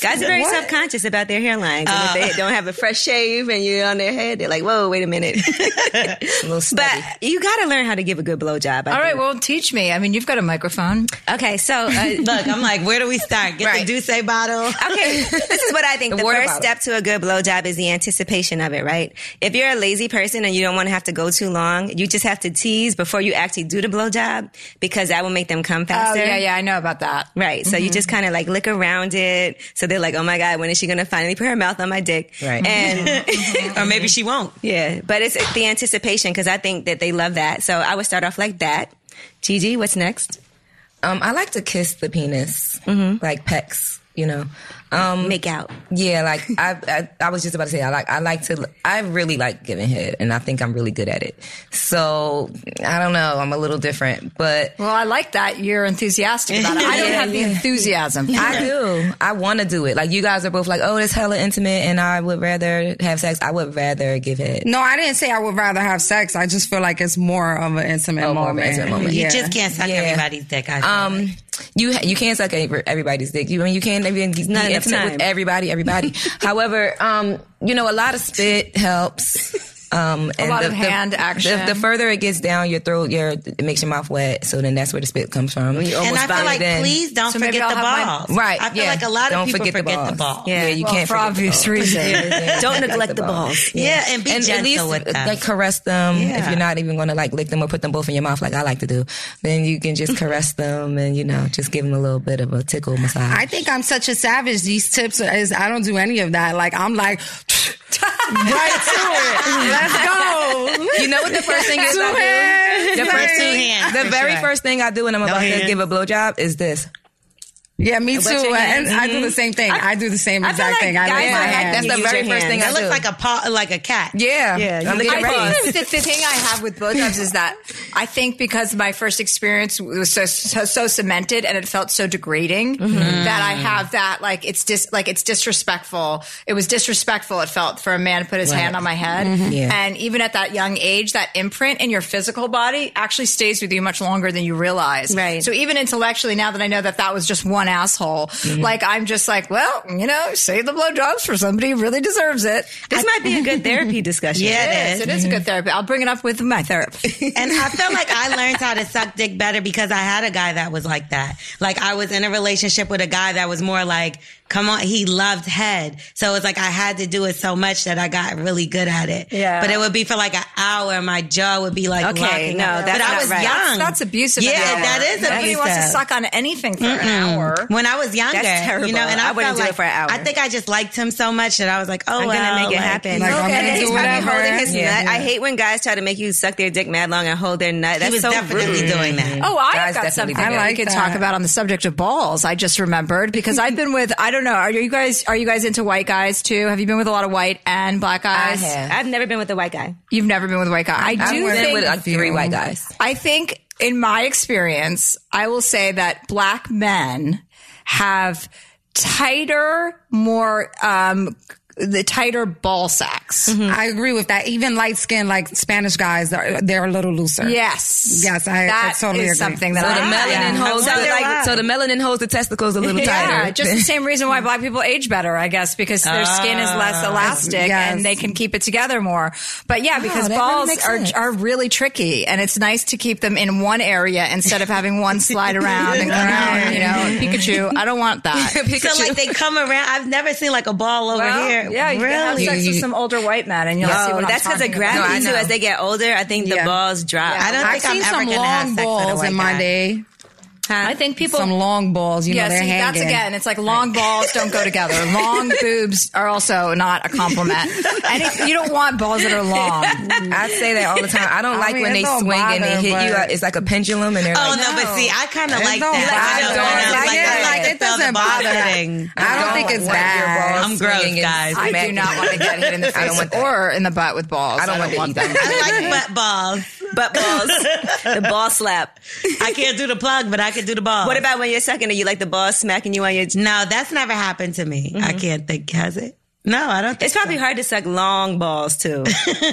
Speaker 6: Guys are very self-conscious about their hairlines. and
Speaker 3: Uh.
Speaker 6: if they don't have a fresh shave and you're on their head, they're like, whoa, wait
Speaker 3: *laughs*
Speaker 6: a minute. but you got to learn how to give a good blowjob. I
Speaker 3: All right,
Speaker 6: think.
Speaker 3: well, teach me. I mean, you've got a microphone.
Speaker 6: okay, so...
Speaker 3: *laughs*
Speaker 6: Uh,
Speaker 2: Look, I'm like, where do we start? Get
Speaker 7: Right.
Speaker 2: the Douce bottle.
Speaker 6: Okay, this is what I think. The,
Speaker 7: water
Speaker 6: first
Speaker 7: bottle.
Speaker 6: step to a good blowjob is the anticipation of it, right? If you're a lazy person and you don't want to have to go too long, you just have to tease before you actually do the blowjob because that will make them come
Speaker 3: Oh,
Speaker 6: faster.
Speaker 3: yeah, yeah, I know about that.
Speaker 6: Right. So you just kind of like look around it. So they're like, oh my God, when is she going to finally put her mouth on my dick?
Speaker 7: Right.
Speaker 6: And *laughs*
Speaker 2: or maybe she won't.
Speaker 6: yeah, but it's the anticipation because I think that they love that. So I would start off like that. Gigi, what's next?
Speaker 7: Um, I like to kiss the penis,
Speaker 8: Mm-hmm.
Speaker 7: like pecs. You know, um,
Speaker 6: Make out.
Speaker 7: yeah, like I, I, I was just about to say, I like, I like to, I really like giving head, and I think I'm really good at it. So I don't know, I'm a little different, but
Speaker 3: Well, I like that you're enthusiastic about it. I *laughs* don't have the enthusiasm.
Speaker 7: I do. I want to do it. Like you guys are both like, oh, it's hella intimate, and I would rather have sex. I would rather give head.
Speaker 5: No, I didn't say I would rather have sex. I just feel like it's more of an intimate
Speaker 7: Oh, more of
Speaker 5: moment.
Speaker 7: an intimate moment.
Speaker 5: Yeah.
Speaker 2: You just can't suck
Speaker 7: Yeah.
Speaker 2: everybody's dick. I feel.
Speaker 7: Um, you you can't suck every- everybody's dick. You I mean you can't even be
Speaker 6: not enough
Speaker 7: intimate
Speaker 6: time.
Speaker 7: with
Speaker 3: *laughs*
Speaker 7: everybody, everybody. However, um, you know, a lot of spit helps. Um, and
Speaker 3: lot
Speaker 7: the,
Speaker 3: of hand
Speaker 7: the,
Speaker 3: action.
Speaker 7: The, the further it gets down your throat, your it makes your mouth wet. So then that's where the spit comes from.
Speaker 2: and I feel like,
Speaker 7: Then-
Speaker 2: please don't
Speaker 3: So maybe
Speaker 2: forget
Speaker 3: I'll
Speaker 2: the
Speaker 3: have my-
Speaker 2: balls.
Speaker 7: Right.
Speaker 2: I feel
Speaker 7: yeah.
Speaker 2: like a lot of
Speaker 7: Don't
Speaker 2: people
Speaker 7: forget, the balls.
Speaker 2: ball.
Speaker 7: Yeah, you can't
Speaker 3: for
Speaker 7: forget
Speaker 3: obvious
Speaker 7: the balls. *laughs*
Speaker 3: reasons. *laughs*
Speaker 6: Don't neglect the balls.
Speaker 2: Yeah, and be
Speaker 7: and
Speaker 2: gentle
Speaker 7: at least uh,
Speaker 2: with them.
Speaker 7: like caress them if
Speaker 2: Yeah.
Speaker 7: you're not even going to like lick them or put them both in your mouth like I like to do. Then you can just caress them and you know just give them a little bit of a tickle massage.
Speaker 5: I think I'm such a savage. These tips are, is I don't do any of that. Like I'm like *laughs* right to it. Let's go.
Speaker 7: You know what the first thing is
Speaker 5: Two
Speaker 7: I do?
Speaker 5: hands,
Speaker 7: The
Speaker 5: like-
Speaker 7: first
Speaker 2: two hands.
Speaker 7: The
Speaker 2: For
Speaker 7: very
Speaker 2: sure.
Speaker 7: first thing I do when I'm about to
Speaker 2: hands.
Speaker 7: give a blowjob is this.
Speaker 5: Yeah, me too.
Speaker 6: your
Speaker 5: And I do the same thing. I, do the same
Speaker 6: I feel
Speaker 5: exact
Speaker 6: like
Speaker 5: thing. I
Speaker 6: guys
Speaker 5: lick
Speaker 6: are
Speaker 5: my
Speaker 6: like
Speaker 5: hand.
Speaker 7: That's the
Speaker 6: you use
Speaker 7: very
Speaker 6: your
Speaker 7: first thing I
Speaker 2: That
Speaker 7: do.
Speaker 2: looks like a paw, like a cat.
Speaker 7: yeah,
Speaker 6: Yeah,
Speaker 7: I'm
Speaker 6: you
Speaker 7: licking
Speaker 6: get
Speaker 7: your
Speaker 6: paws.
Speaker 7: paws.
Speaker 3: the, the thing I have with blowjobs is that I think because my first experience was so so, so cemented and it felt so degrading that I have that like it's dis like it's disrespectful. It was disrespectful. It felt for a man to put his hand on my head,
Speaker 7: Yeah.
Speaker 3: and even at that young age, that imprint in your physical body actually stays with you much longer than you realize.
Speaker 6: Right.
Speaker 3: So even intellectually, now that I know that that was just one asshole, like I'm just like, well, you know, save the blowjobs for somebody who really deserves it.
Speaker 6: This might be a good therapy discussion.
Speaker 2: Yeah, it is.
Speaker 3: It
Speaker 2: Mm-hmm.
Speaker 3: is a good therapy. I'll bring it up with
Speaker 2: *laughs*
Speaker 3: my therapist.
Speaker 2: and I feel like I learned how to suck dick better because I had a guy that was like that. Like I was in a relationship with a guy that was more like come on, he loved head. So it's like I had to do it so much that I got really good at it.
Speaker 6: Yeah.
Speaker 2: But it would be for like an hour. My jaw would be like
Speaker 6: Okay,
Speaker 2: locking
Speaker 6: no,
Speaker 2: up.
Speaker 6: that's
Speaker 2: but I
Speaker 6: not
Speaker 2: was
Speaker 6: right.
Speaker 2: young.
Speaker 6: That's-
Speaker 3: That's abusive.
Speaker 2: Yeah,
Speaker 3: an hour.
Speaker 2: that is
Speaker 3: Nobody wants to
Speaker 2: abusive.
Speaker 3: suck on anything for an hour.
Speaker 2: When I was younger,
Speaker 6: terrible.
Speaker 2: you know, and
Speaker 6: I
Speaker 2: I, felt
Speaker 6: wouldn't do it
Speaker 2: like,
Speaker 6: for an hour.
Speaker 2: I think I just liked him so much that I was like, oh,
Speaker 6: I'm gonna
Speaker 2: well,
Speaker 6: make it
Speaker 2: like,
Speaker 6: happen.
Speaker 5: Like, I'm
Speaker 6: and
Speaker 5: gonna
Speaker 6: then
Speaker 5: do
Speaker 6: he's probably
Speaker 5: whatever.
Speaker 6: holding his
Speaker 7: Yeah.
Speaker 6: nut. I hate when guys try to make you suck their dick mad long and hold their nut. That's
Speaker 2: He was
Speaker 6: so
Speaker 2: definitely
Speaker 6: rude.
Speaker 2: doing that.
Speaker 3: Oh, I've
Speaker 7: Guys
Speaker 3: got
Speaker 7: definitely
Speaker 3: something
Speaker 7: do that.
Speaker 3: we
Speaker 5: I like
Speaker 3: could
Speaker 5: that.
Speaker 3: talk about on the subject of balls. I just remembered because I've been with I don't know. Are you guys are you guys into white guys too? Have you been with a lot of white and black guys?
Speaker 7: have.
Speaker 6: I've never been with a white guy.
Speaker 3: You've never been with a white guy. I
Speaker 7: I've
Speaker 3: do
Speaker 7: been
Speaker 3: think
Speaker 7: with like three white guys.
Speaker 3: I think in my experience, I will say that black men have tighter, more um the tighter ball sacks.
Speaker 5: I agree with that. Even light skinned like Spanish guys, they're, they're a little looser.
Speaker 3: Yes.
Speaker 5: Yes, I- I
Speaker 3: That
Speaker 5: totally
Speaker 3: is
Speaker 5: agree.
Speaker 3: something that
Speaker 7: So the
Speaker 3: I
Speaker 7: melanin
Speaker 3: yeah.
Speaker 7: holds
Speaker 6: So
Speaker 7: the,
Speaker 6: do I.
Speaker 7: like, Ah, so the melanin holds the testicles a *laughs* little
Speaker 3: Yeah, *laughs*
Speaker 7: tighter.
Speaker 3: just the same reason why black people age better, I guess, because their skin is less elastic
Speaker 5: Yes.
Speaker 3: and they can keep it together more. But yeah, because
Speaker 7: that really
Speaker 3: balls
Speaker 7: makes
Speaker 3: are
Speaker 7: sense.
Speaker 3: are really tricky, and it's nice to keep them in one area instead of having *laughs* one slide around and go around. You know, Pikachu. I don't want *laughs* that.
Speaker 2: So like they come around. I've never seen like a ball over here.
Speaker 3: yeah, you can have
Speaker 2: really.
Speaker 3: sex with some older white men, and you'll see
Speaker 6: Oh,
Speaker 3: what
Speaker 6: that's
Speaker 3: I'm
Speaker 6: because
Speaker 3: talking
Speaker 6: of
Speaker 3: about.
Speaker 6: gravity
Speaker 7: No, I
Speaker 6: too.
Speaker 7: know.
Speaker 6: As they get older, I think the
Speaker 5: Yeah.
Speaker 6: balls drop.
Speaker 2: I don't
Speaker 5: I've
Speaker 2: think I'm
Speaker 5: seen
Speaker 2: ever
Speaker 5: some
Speaker 2: gonna have
Speaker 5: long
Speaker 2: sex with a
Speaker 5: balls
Speaker 2: white
Speaker 5: in my
Speaker 2: guy.
Speaker 5: day.
Speaker 3: I think people
Speaker 5: Some long balls, you
Speaker 3: yeah,
Speaker 5: know, they're
Speaker 3: see, that's
Speaker 5: hanging.
Speaker 3: again. It's like long balls don't go together. *laughs* Long boobs are also not a *laughs* compliment. And if- you don't want balls that are *laughs* long.
Speaker 7: I say that all the time. I don't like
Speaker 5: mean,
Speaker 7: when
Speaker 5: it
Speaker 7: they
Speaker 5: don't
Speaker 7: swing and they
Speaker 5: bother,
Speaker 7: hit you.
Speaker 5: but-
Speaker 7: uh, It's like a pendulum, and they're
Speaker 2: Oh
Speaker 7: like,
Speaker 2: no, but see, I kind of like
Speaker 5: no
Speaker 2: that.
Speaker 5: bother.
Speaker 2: I
Speaker 5: Like,
Speaker 2: like, I
Speaker 5: yeah,
Speaker 2: like
Speaker 5: like,
Speaker 2: to
Speaker 5: it
Speaker 2: feel the
Speaker 5: doesn't
Speaker 2: ball
Speaker 5: bother.
Speaker 2: hitting.
Speaker 5: I don't think it's
Speaker 7: want "Ah, your
Speaker 5: bad.
Speaker 7: balls
Speaker 2: I'm gross,
Speaker 7: swinging and
Speaker 2: guys. I
Speaker 3: I do
Speaker 7: smacking
Speaker 3: not
Speaker 7: you.
Speaker 3: want to get hit *laughs* in the
Speaker 7: I
Speaker 3: face
Speaker 7: don't want that.
Speaker 3: or in the butt with balls.
Speaker 7: I don't want to eat
Speaker 3: *laughs*
Speaker 7: that.
Speaker 2: I like butt balls.
Speaker 6: Butt balls, the ball slap.
Speaker 2: *laughs* I can't do the plug, but I can do the ball.
Speaker 6: What about when you're sucking? Are you like the ball smacking you on your? Mm-hmm.
Speaker 2: No, that's never happened to me. I can't think. Has it? No, I don't. Think
Speaker 6: It's probably hard to suck long balls too.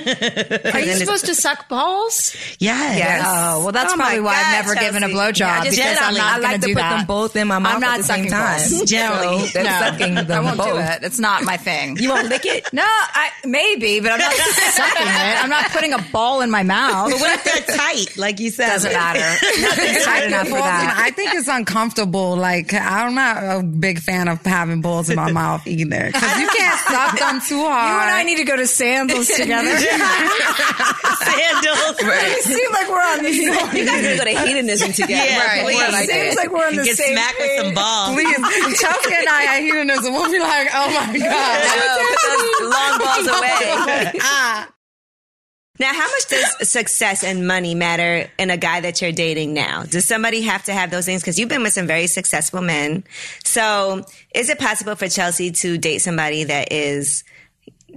Speaker 3: Are you supposed to suck balls?
Speaker 2: Yes. *laughs*
Speaker 3: Oh, well, that's
Speaker 6: Oh my
Speaker 3: probably why
Speaker 6: God,
Speaker 3: I've never given a
Speaker 6: Chelsea.
Speaker 3: blowjob
Speaker 6: Yeah, just
Speaker 3: because I'm
Speaker 2: generally.
Speaker 3: not
Speaker 7: I
Speaker 3: going
Speaker 7: like to
Speaker 3: do
Speaker 7: put
Speaker 3: that.
Speaker 7: them both in my mouth
Speaker 3: I'm not
Speaker 7: at the same
Speaker 3: sucking
Speaker 7: time.
Speaker 3: balls.
Speaker 2: Generally.
Speaker 7: So that's sucking them
Speaker 3: I won't
Speaker 7: both.
Speaker 3: do it. It's not my thing.
Speaker 6: You won't lick
Speaker 3: *laughs*
Speaker 6: it.
Speaker 3: no, I maybe, but I'm not sucking it. I'm not putting a ball in my mouth.
Speaker 2: But what if they're tight, like you said?
Speaker 3: Doesn't matter. *laughs* Nothing's
Speaker 5: I
Speaker 3: tight
Speaker 5: think
Speaker 3: enough for
Speaker 5: balls in-
Speaker 3: that.
Speaker 5: I think it's uncomfortable. Like I'm not a big fan of having balls
Speaker 3: *laughs*
Speaker 5: in my mouth either because you can't suck them too hard.
Speaker 3: You and I need to go to sandals together. *laughs*
Speaker 2: Sandals.
Speaker 3: It seems like we're on the
Speaker 6: You
Speaker 3: same.
Speaker 6: guys are gonna go to hedonism together.
Speaker 2: Yeah,
Speaker 7: Right.
Speaker 2: please.
Speaker 7: I
Speaker 3: It
Speaker 7: like
Speaker 3: seems
Speaker 7: it.
Speaker 3: like we're on the
Speaker 2: Get
Speaker 3: same.
Speaker 2: smacked with some balls.
Speaker 5: Please, *laughs* Chelsea and I at hedonism will be like,
Speaker 3: *laughs*
Speaker 5: oh my god.
Speaker 6: No, put those long balls away. Now, how much does success and money matter in a guy that you're dating now? Does somebody have to have those things? Because you've been with some very successful men. So, is it possible for Chelsea to date somebody that is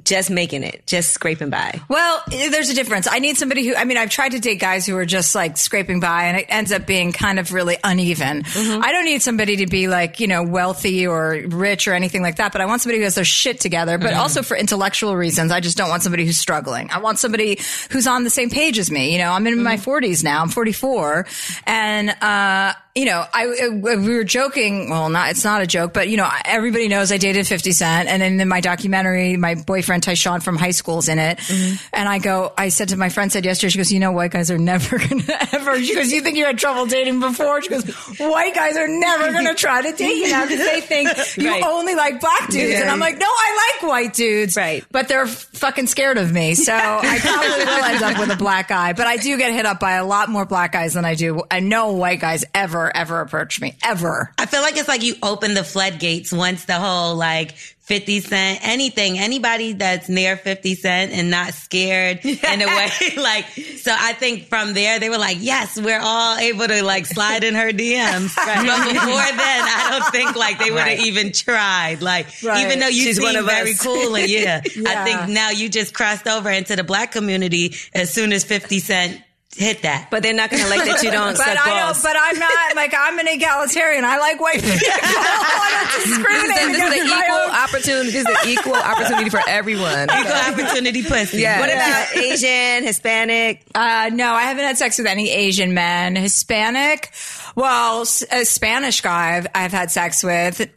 Speaker 6: just making it, just scraping by?
Speaker 3: Well, there's a difference. I need somebody who, I mean, I've tried to date guys who are just like scraping by and it ends up being kind of really uneven. I don't need somebody to be like, you know, wealthy or rich or anything like that, but I want somebody who has their shit together, but also for intellectual reasons. I just don't want somebody who's struggling. I want somebody who's on the same page as me. You know, I'm in my 40s now, I'm 44. And, uh, you know, I, I- we were joking. Well, not it's not a joke, but you know, everybody knows I dated Fifty Cent, and then in my documentary, my boyfriend Tyshawn from high school's in it.
Speaker 6: Mm-hmm.
Speaker 3: And I go, I said to my friend said yesterday, she goes, you know, white guys are never *laughs* gonna ever. She goes, you think you had trouble dating before? She goes, white guys are never gonna try to date you now because they
Speaker 6: *laughs*
Speaker 3: think you
Speaker 6: Right.
Speaker 3: only like black dudes. And I'm like, no, I like white dudes,
Speaker 6: Right.
Speaker 3: But they're fucking scared of me, so I probably will end up with a black guy. But I do get hit up by a lot more black guys than I do. I know white guys ever ever approach me ever.
Speaker 2: I feel like it's like you open the floodgates once the whole like 50 Cent, anything, anybody that's near 50 Cent and not
Speaker 6: *laughs*
Speaker 2: scared in a way. *laughs* Like, so I think from there, they were like, yes, we're all able to like slide in her
Speaker 6: *laughs*
Speaker 2: DMs. But before then, I don't think like they would have even tried. Like,
Speaker 3: Right.
Speaker 2: even though you
Speaker 6: She's
Speaker 2: seem
Speaker 6: one of
Speaker 2: very
Speaker 6: us.
Speaker 2: cool and
Speaker 6: *laughs*
Speaker 2: yeah,
Speaker 3: Yeah.
Speaker 2: I think now you just crossed over into the black community as soon as 50 Cent hit that.
Speaker 6: But they're not gonna *laughs* like that
Speaker 2: *laughs*
Speaker 6: you don't
Speaker 3: But
Speaker 6: suck
Speaker 3: I
Speaker 6: balls. *laughs*
Speaker 3: don't. But I'm not like I'm an egalitarian. I like white people. *laughs* I don't discriminate
Speaker 7: This is, this is
Speaker 3: against
Speaker 7: an
Speaker 3: my
Speaker 7: equal
Speaker 3: own-
Speaker 7: opportunity. This is
Speaker 5: *laughs*
Speaker 7: an equal opportunity for everyone.
Speaker 2: Equal opportunity pussy.
Speaker 7: Yeah.
Speaker 6: what about Asian, Hispanic?
Speaker 3: Uh, no, I haven't had sex with any Asian men. Hispanic. Well, s- a Spanish guy I've, I've had sex with. Uh,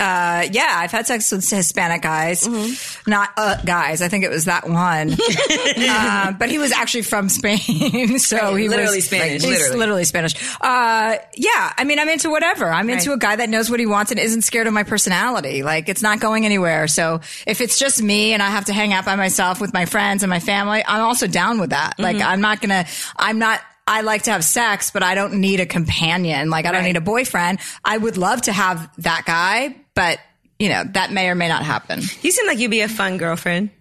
Speaker 3: yeah, I've had sex with Hispanic guys,
Speaker 7: Mm-hmm.
Speaker 3: not uh, guys. I think it was that
Speaker 7: *laughs*
Speaker 3: one. uh, but he was actually from Spain, *laughs* so he
Speaker 7: literally
Speaker 3: was
Speaker 7: Spanish.
Speaker 3: He's
Speaker 7: Literally.
Speaker 3: literally. Spanish. Uh, yeah, I mean, I'm into whatever. I'm into a guy that knows what he wants and isn't scared of my personality. Like it's not going anywhere. So if it's just me and I have to hang out by myself with my friends and my family, I'm also down with that. Like
Speaker 7: Mm-hmm.
Speaker 3: I'm not gonna. I'm not. I like to have sex, but I don't need a companion. Like I don't need a boyfriend. I would love to have that guy, but you know that may or may not happen.
Speaker 6: You seem like you'd be a fun girlfriend.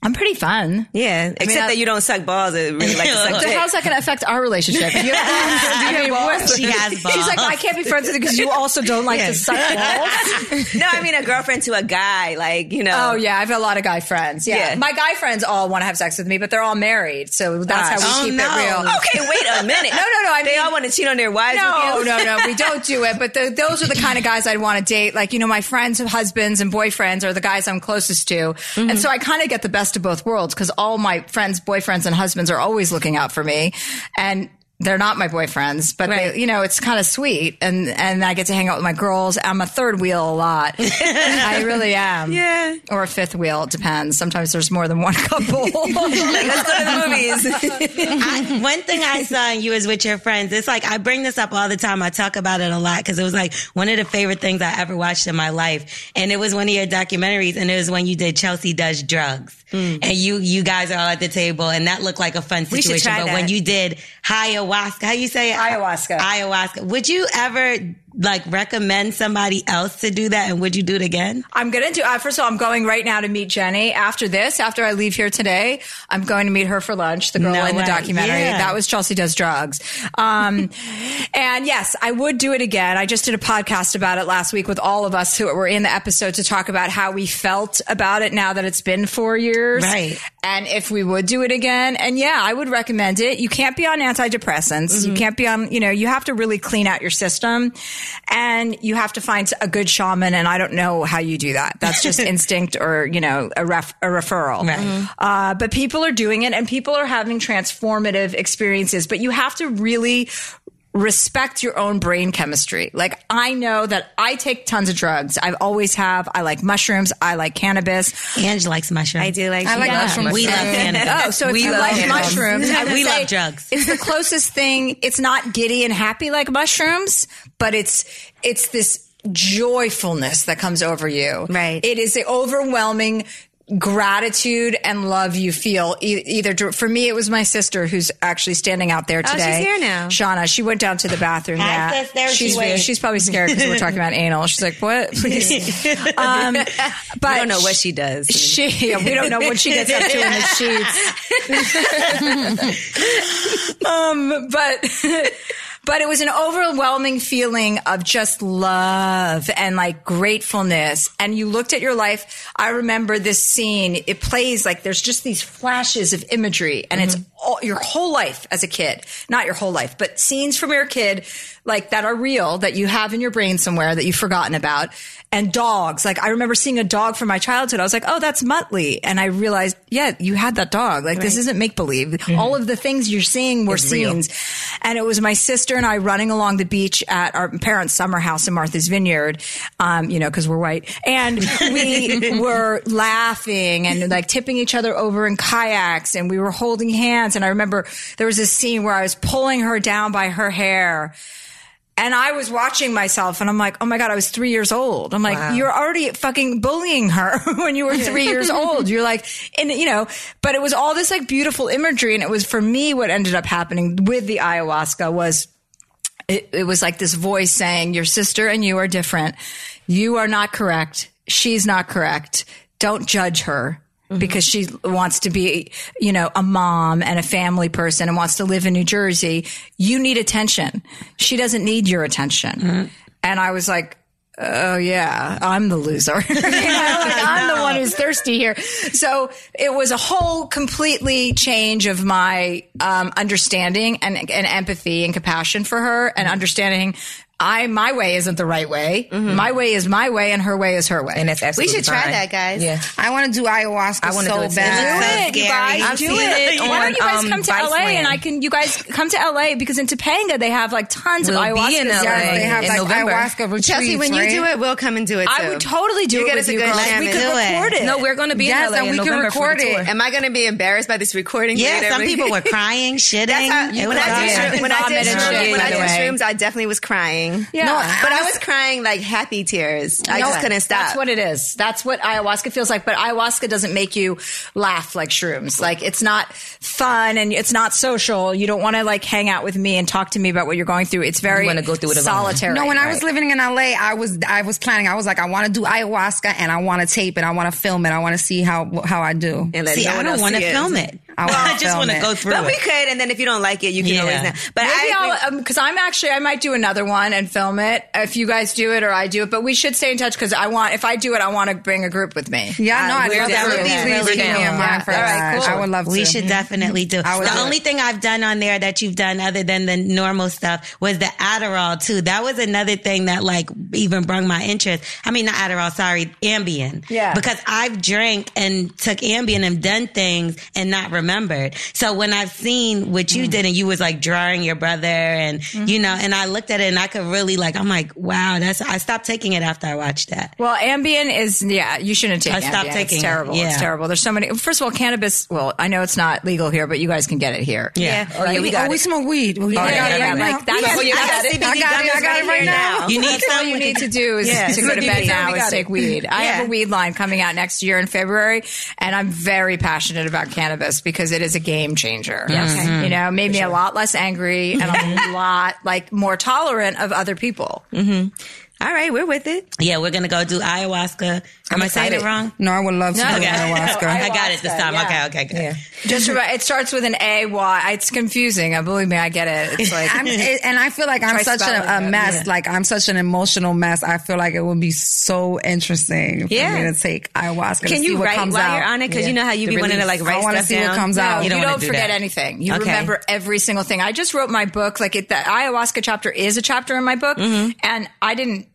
Speaker 3: I'm pretty fun.
Speaker 6: Yeah, except
Speaker 3: I-
Speaker 6: that you don't suck balls. I really like to *laughs* suck
Speaker 3: So
Speaker 6: dick.
Speaker 3: how's that going to affect
Speaker 2: *laughs*
Speaker 3: our relationship? You- I mean, what-
Speaker 2: She has balls.
Speaker 3: She's like, I can't be friends with you because you also don't like to
Speaker 2: *laughs*
Speaker 3: suck balls.
Speaker 6: *laughs* No, I mean a girlfriend to a guy, like you know.
Speaker 3: Oh yeah, I have a lot of guy friends. Yeah.
Speaker 6: Yeah.
Speaker 3: my guy friends all want to have sex with me, but they're all married, so that's how
Speaker 2: Oh,
Speaker 3: we keep
Speaker 2: no.
Speaker 3: it real.
Speaker 6: Okay, wait a *laughs* minute.
Speaker 3: No, no, no, I
Speaker 6: they
Speaker 3: mean-
Speaker 6: all want to cheat on their wives.
Speaker 3: No,
Speaker 6: with you?
Speaker 3: no, no. We don't do it. But the, those are the kind of guys I'd want to date. Like, you know, my friends, husbands, and boyfriends are the guys I'm closest to.
Speaker 6: Mm-hmm.
Speaker 3: And so I kind of get the best of both worlds because all my friends, boyfriends, and husbands are always looking out for me. And they're not my boyfriends, but they, you know, it's kind of sweet. And, and I get to hang out with my girls. I'm a third wheel a
Speaker 6: *laughs*
Speaker 3: lot. I really am.
Speaker 6: Yeah.
Speaker 3: Or a fifth wheel. It depends. Sometimes there's more than one
Speaker 6: *laughs*
Speaker 3: couple.
Speaker 6: Let's go to the movies.
Speaker 2: I, *laughs* one thing I saw in you is with your friends. It's like I bring this up all the time. I talk about it a lot because it was like one of the favorite things I ever watched in my life, and it was one of your documentaries, and it was when you did Chelsea does drugs,
Speaker 6: Mm.
Speaker 2: and you you guys are all at the table, and that looked like a fun
Speaker 6: should
Speaker 2: situation.
Speaker 6: try
Speaker 2: but when
Speaker 6: that.
Speaker 2: you did ayahuasca, how you say it?
Speaker 3: *laughs* Ayahuasca.
Speaker 2: Ayahuasca. Would you ever like recommend somebody else to do that, and would you do it again?
Speaker 3: I'm gonna do. Uh, first of all, I'm going right now to meet Jenny. After this, after I leave here today, I'm going to meet her for lunch. The girl
Speaker 2: No
Speaker 3: in the
Speaker 2: way.
Speaker 3: documentary
Speaker 2: Yeah.
Speaker 3: that was Chelsea does drugs.
Speaker 2: *laughs*
Speaker 3: Um, and yes, I would do it again. I just did a podcast about it last week with all of us who were in the episode to talk about how we felt about it now that it's been four years,
Speaker 2: Right.
Speaker 3: And if we would do it again, and yeah, I would recommend it. You can't be on antidepressants. You can't be on. You know, you have to really clean out your system, and you have to find a good shaman. And I don't know how you do that. That's just instinct or you know a ref a referral. Uh, but people are doing it, and people are having transformative experiences. But you have to really respect your own brain chemistry. Like I know that I take tons of drugs. I've always have. I like mushrooms. I like cannabis.
Speaker 2: Ange likes mushrooms.
Speaker 6: I do like.
Speaker 5: I like
Speaker 2: Yeah.
Speaker 5: mushrooms.
Speaker 2: We
Speaker 3: *laughs*
Speaker 2: love cannabis.
Speaker 3: Oh, so if
Speaker 7: We
Speaker 3: you
Speaker 7: love
Speaker 3: like
Speaker 7: drugs.
Speaker 3: mushrooms, I would
Speaker 2: We love
Speaker 3: say
Speaker 2: drugs.
Speaker 3: It's the closest thing. It's not giddy and happy like mushrooms, but it's it's this joyfulness that comes over you.
Speaker 6: Right.
Speaker 3: It is the overwhelming gratitude and love you feel e- either dr- for me it was my sister who's actually standing out there
Speaker 6: Oh, she's
Speaker 3: today
Speaker 6: here now.
Speaker 3: shauna she went down to the bathroom
Speaker 2: Hi,
Speaker 3: yeah
Speaker 2: sister. She
Speaker 3: she's
Speaker 2: waved.
Speaker 3: she's probably scared because we're talking about anal she's like what
Speaker 6: *laughs*
Speaker 3: please um but
Speaker 6: I don't know what she does.
Speaker 3: she yeah, we don't know what she gets up to in the sheets. *laughs* um, but *laughs* but it was an overwhelming feeling of just love and like gratefulness. And you looked at your life. I remember this scene. It plays like there's just these flashes of imagery, and it's all your whole life as a kid. Not your whole life, but scenes from your kid like that are real that you have in your brain somewhere that you've forgotten about. And dogs. Like I remember seeing a dog from my childhood. I was like, oh, that's Muttley. And I realized, yeah, you had that dog. Like this isn't make believe. All of the things you're seeing were scenes. And it was my sister and I running along the beach at our parents' summer house in Martha's Vineyard, um, you know, because we're white. And we were laughing and like tipping each other over in kayaks and we were holding hands. And I remember there was this scene where I was pulling her down by her hair. And I was watching myself and I'm like, oh my God, I was three years old. I'm like, you're already fucking bullying her *laughs* when you were three years old. You're like, and you know, but it was all this like beautiful imagery. And it was for me what ended up happening with the ayahuasca was it, it was like this voice saying, Your sister and you are different. You are not correct. She's not correct. Don't judge her. Because she wants to be, you know, a mom and a family person and wants to live in New Jersey. You need attention. She doesn't need your attention. And I was like, oh yeah, I'm the loser. *laughs*
Speaker 7: *laughs*
Speaker 3: You know, like, I'm the one who's thirsty here. So it was a whole completely change of my um, understanding and, and empathy and compassion for her and understanding I my way isn't the right way. My way is my way, and her way is her way.
Speaker 7: Mm-hmm. and that's
Speaker 6: We
Speaker 7: absolutely
Speaker 6: should try
Speaker 7: fine.
Speaker 6: that, guys.
Speaker 7: Yeah,
Speaker 5: I want to do ayahuasca
Speaker 7: I wanna
Speaker 5: so
Speaker 7: do it too.
Speaker 5: bad.
Speaker 6: It
Speaker 3: do it, you guys.
Speaker 7: I've
Speaker 3: do
Speaker 7: seen
Speaker 3: it.
Speaker 7: it
Speaker 3: Why don't you guys
Speaker 7: on,
Speaker 3: come to
Speaker 7: um,
Speaker 3: LA and
Speaker 7: Viceland.
Speaker 3: I can? You guys come to LA because in Topanga they have like tons
Speaker 7: We'll
Speaker 3: of
Speaker 7: be
Speaker 3: ayahuasca.
Speaker 7: in LA
Speaker 3: ceremonies.
Speaker 5: They have
Speaker 7: in
Speaker 5: like
Speaker 7: November.
Speaker 5: ayahuasca retreats.
Speaker 6: Chelsea, when you
Speaker 5: right?
Speaker 6: do it, we'll come and do it.
Speaker 3: I
Speaker 6: too.
Speaker 3: would totally do
Speaker 6: You
Speaker 3: it
Speaker 6: get
Speaker 3: with
Speaker 6: us a
Speaker 3: you
Speaker 6: good
Speaker 3: girls.
Speaker 6: shaman.
Speaker 3: We could
Speaker 6: Do it.
Speaker 3: record it.
Speaker 7: No, we're going to be
Speaker 5: Yes,
Speaker 7: in LA
Speaker 5: and
Speaker 7: in
Speaker 5: we can
Speaker 7: November for
Speaker 5: record
Speaker 7: the
Speaker 5: it.
Speaker 7: tour.
Speaker 6: Am I going to be embarrassed by this recording?
Speaker 2: Yeah,
Speaker 6: later?
Speaker 2: some people
Speaker 6: *laughs*
Speaker 2: were crying, shitting.
Speaker 6: That's how,
Speaker 2: It
Speaker 6: when,
Speaker 2: was
Speaker 6: I did,
Speaker 3: awesome.
Speaker 6: shroom-
Speaker 2: awful.
Speaker 6: when I did,
Speaker 3: Vomit and
Speaker 6: shroom-
Speaker 3: shit,
Speaker 6: when I
Speaker 3: by the
Speaker 6: did
Speaker 3: way.
Speaker 6: shrooms, I definitely was crying.
Speaker 3: Yeah.
Speaker 5: No,
Speaker 6: But I was crying like happy tears. I just couldn't stop.
Speaker 3: That's what it is. That's what ayahuasca feels like. But ayahuasca doesn't make you laugh like shrooms. Like it's not fun and it's not social. You don't want to like hang out with me and talk to me about what you're going through. It's very
Speaker 7: wanna go through it alone.
Speaker 3: solitary.
Speaker 5: No, when I was
Speaker 3: right?
Speaker 5: living in LA, I was I was planning. I was like, I want to do ayahuasca and I want to tape it. I want to film it. I want to see how how I do.
Speaker 6: And let
Speaker 2: See,
Speaker 6: no
Speaker 2: I
Speaker 6: one
Speaker 2: don't
Speaker 6: else
Speaker 2: want to
Speaker 6: see
Speaker 2: film it.
Speaker 5: I wanna
Speaker 2: I just
Speaker 5: film
Speaker 2: want to
Speaker 5: it.
Speaker 2: go through
Speaker 6: But we
Speaker 2: it.
Speaker 6: could, and then if you don't like it, you can
Speaker 2: Yeah.
Speaker 6: always. Not. But
Speaker 3: Maybe
Speaker 6: I, agree-
Speaker 3: I'll, because I'm actually, I might do another one and film it if you guys do it or I do it. But we should stay in touch because I want, if I do it, I want to bring a group with me.
Speaker 5: Yeah, no, I'd
Speaker 2: we're
Speaker 5: love
Speaker 2: down
Speaker 5: to.
Speaker 2: with that.
Speaker 5: Please
Speaker 2: We're
Speaker 5: keep me in
Speaker 2: down.
Speaker 5: mind for
Speaker 3: All right,
Speaker 5: that.
Speaker 3: cool.
Speaker 5: I would love
Speaker 2: We
Speaker 5: to.
Speaker 2: should definitely do.
Speaker 5: I would
Speaker 2: The
Speaker 5: do
Speaker 2: only thing I've done on there that you've done other than the normal stuff was the Adderall too. That was another thing that like even brung my interest. I mean, not Adderall, sorry, Ambien.
Speaker 3: Yeah.
Speaker 2: Because I've drank and took Ambien and done things and not remembered. So when I've seen what you did and you was like drawing your brother and you know, and I looked at it and I could really like, I'm like, wow, that's, I stopped taking it after I watched that.
Speaker 3: Well, Ambien is yeah. You shouldn't take.
Speaker 2: I stopped
Speaker 3: Ambien.
Speaker 2: taking
Speaker 3: It's
Speaker 2: it.
Speaker 3: terrible. It's
Speaker 2: Yeah.
Speaker 3: terrible. There's so many. First of all, cannabis. Well, I know it's not legal here, but you guys can get it here.
Speaker 2: Yeah.
Speaker 7: Oh, yeah, we got
Speaker 5: oh, we
Speaker 7: it.
Speaker 5: smoke weed. We
Speaker 3: Yeah,
Speaker 5: got
Speaker 3: yeah,
Speaker 5: it
Speaker 3: yeah,
Speaker 5: right now.
Speaker 3: like that's
Speaker 5: We
Speaker 3: what you
Speaker 5: got
Speaker 3: got
Speaker 5: it.
Speaker 3: it.
Speaker 5: I got it. I got it right now.
Speaker 2: You need
Speaker 3: All
Speaker 2: some
Speaker 3: you need to do is
Speaker 6: Yeah.
Speaker 3: to go to bed now
Speaker 5: We
Speaker 3: and
Speaker 5: got
Speaker 3: take
Speaker 5: it.
Speaker 3: weed. I have a
Speaker 6: Yeah.
Speaker 3: weed line coming out next year in February, and I'm very passionate about cannabis because it is a game changer.
Speaker 5: Mm-hmm.
Speaker 3: You know, made me a lot less angry and
Speaker 5: *laughs*
Speaker 3: a lot like more tolerant of other people.
Speaker 6: all right, we're with it.
Speaker 2: Yeah, we're gonna go Oh, do ayahuasca. Am I saying it
Speaker 7: excited.
Speaker 2: wrong?
Speaker 5: No, I would love to do
Speaker 2: Okay. *laughs*
Speaker 5: ayahuasca.
Speaker 2: I got it this time. Okay,
Speaker 3: yeah.
Speaker 2: okay, good.
Speaker 7: Yeah.
Speaker 3: Just remember, it starts with an A Y. It's confusing. I believe me, I get it. It's like
Speaker 5: I'm, it, and I feel like I'm
Speaker 3: Try
Speaker 5: such
Speaker 3: spelling
Speaker 5: a, a
Speaker 3: it,
Speaker 5: mess.
Speaker 3: yeah.
Speaker 5: Like I'm such an emotional mess. I feel like it would be so interesting for
Speaker 3: Yeah.
Speaker 5: me to take ayahuasca. to
Speaker 6: Can
Speaker 5: see
Speaker 6: you
Speaker 5: what
Speaker 6: write
Speaker 5: comes
Speaker 6: while
Speaker 5: out.
Speaker 6: you're on it? Because you know how you
Speaker 7: The
Speaker 6: be wanting to
Speaker 7: release.
Speaker 6: like write
Speaker 5: I want to
Speaker 6: stuff
Speaker 5: see
Speaker 6: down.
Speaker 5: what comes out.
Speaker 3: No, you
Speaker 2: don't
Speaker 3: don't,
Speaker 2: wanna do
Speaker 3: forget
Speaker 2: that.
Speaker 3: anything. You
Speaker 2: Okay.
Speaker 3: remember every single thing. I just wrote my book. Like it, the ayahuasca chapter is a chapter in my book, and I didn't.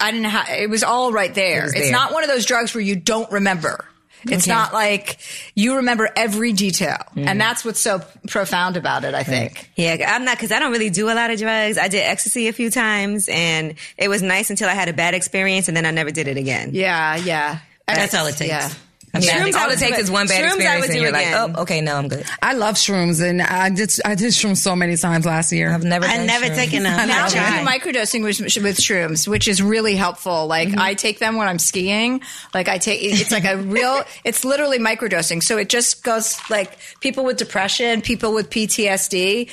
Speaker 3: I didn't. Ha- it was all right there.
Speaker 7: was
Speaker 3: It's
Speaker 7: there.
Speaker 3: not one of those drugs where you don't remember. It's not like you remember every detail, and that's what's so profound about it. I think.
Speaker 6: Yeah, I'm not because I don't really do a lot of drugs. I did ecstasy a few times, and it was nice until I had a bad experience, and then I never did it again.
Speaker 3: Yeah, yeah.
Speaker 2: That's all it takes.
Speaker 3: Yeah.
Speaker 7: A bad-
Speaker 6: Shrooms I
Speaker 7: all
Speaker 6: would
Speaker 7: it takes
Speaker 6: do-
Speaker 7: is one bad
Speaker 6: shrooms I
Speaker 7: experience,
Speaker 6: would
Speaker 7: and
Speaker 6: do
Speaker 7: you're
Speaker 6: again.
Speaker 7: like, oh, okay, now I'm good.
Speaker 5: I love shrooms, and I did I did shrooms so many times last year.
Speaker 7: I've never.
Speaker 2: I've
Speaker 7: done
Speaker 2: never
Speaker 7: shrooms.
Speaker 2: taken a
Speaker 3: Now
Speaker 2: I
Speaker 3: we do
Speaker 2: tried.
Speaker 3: microdosing with, with shrooms, which is really helpful. Like
Speaker 6: Mm-hmm.
Speaker 3: I take them when I'm skiing. Like I take, it's
Speaker 6: *laughs*
Speaker 3: like a real, it's literally microdosing. So it just goes like people with depression, people with PTSD.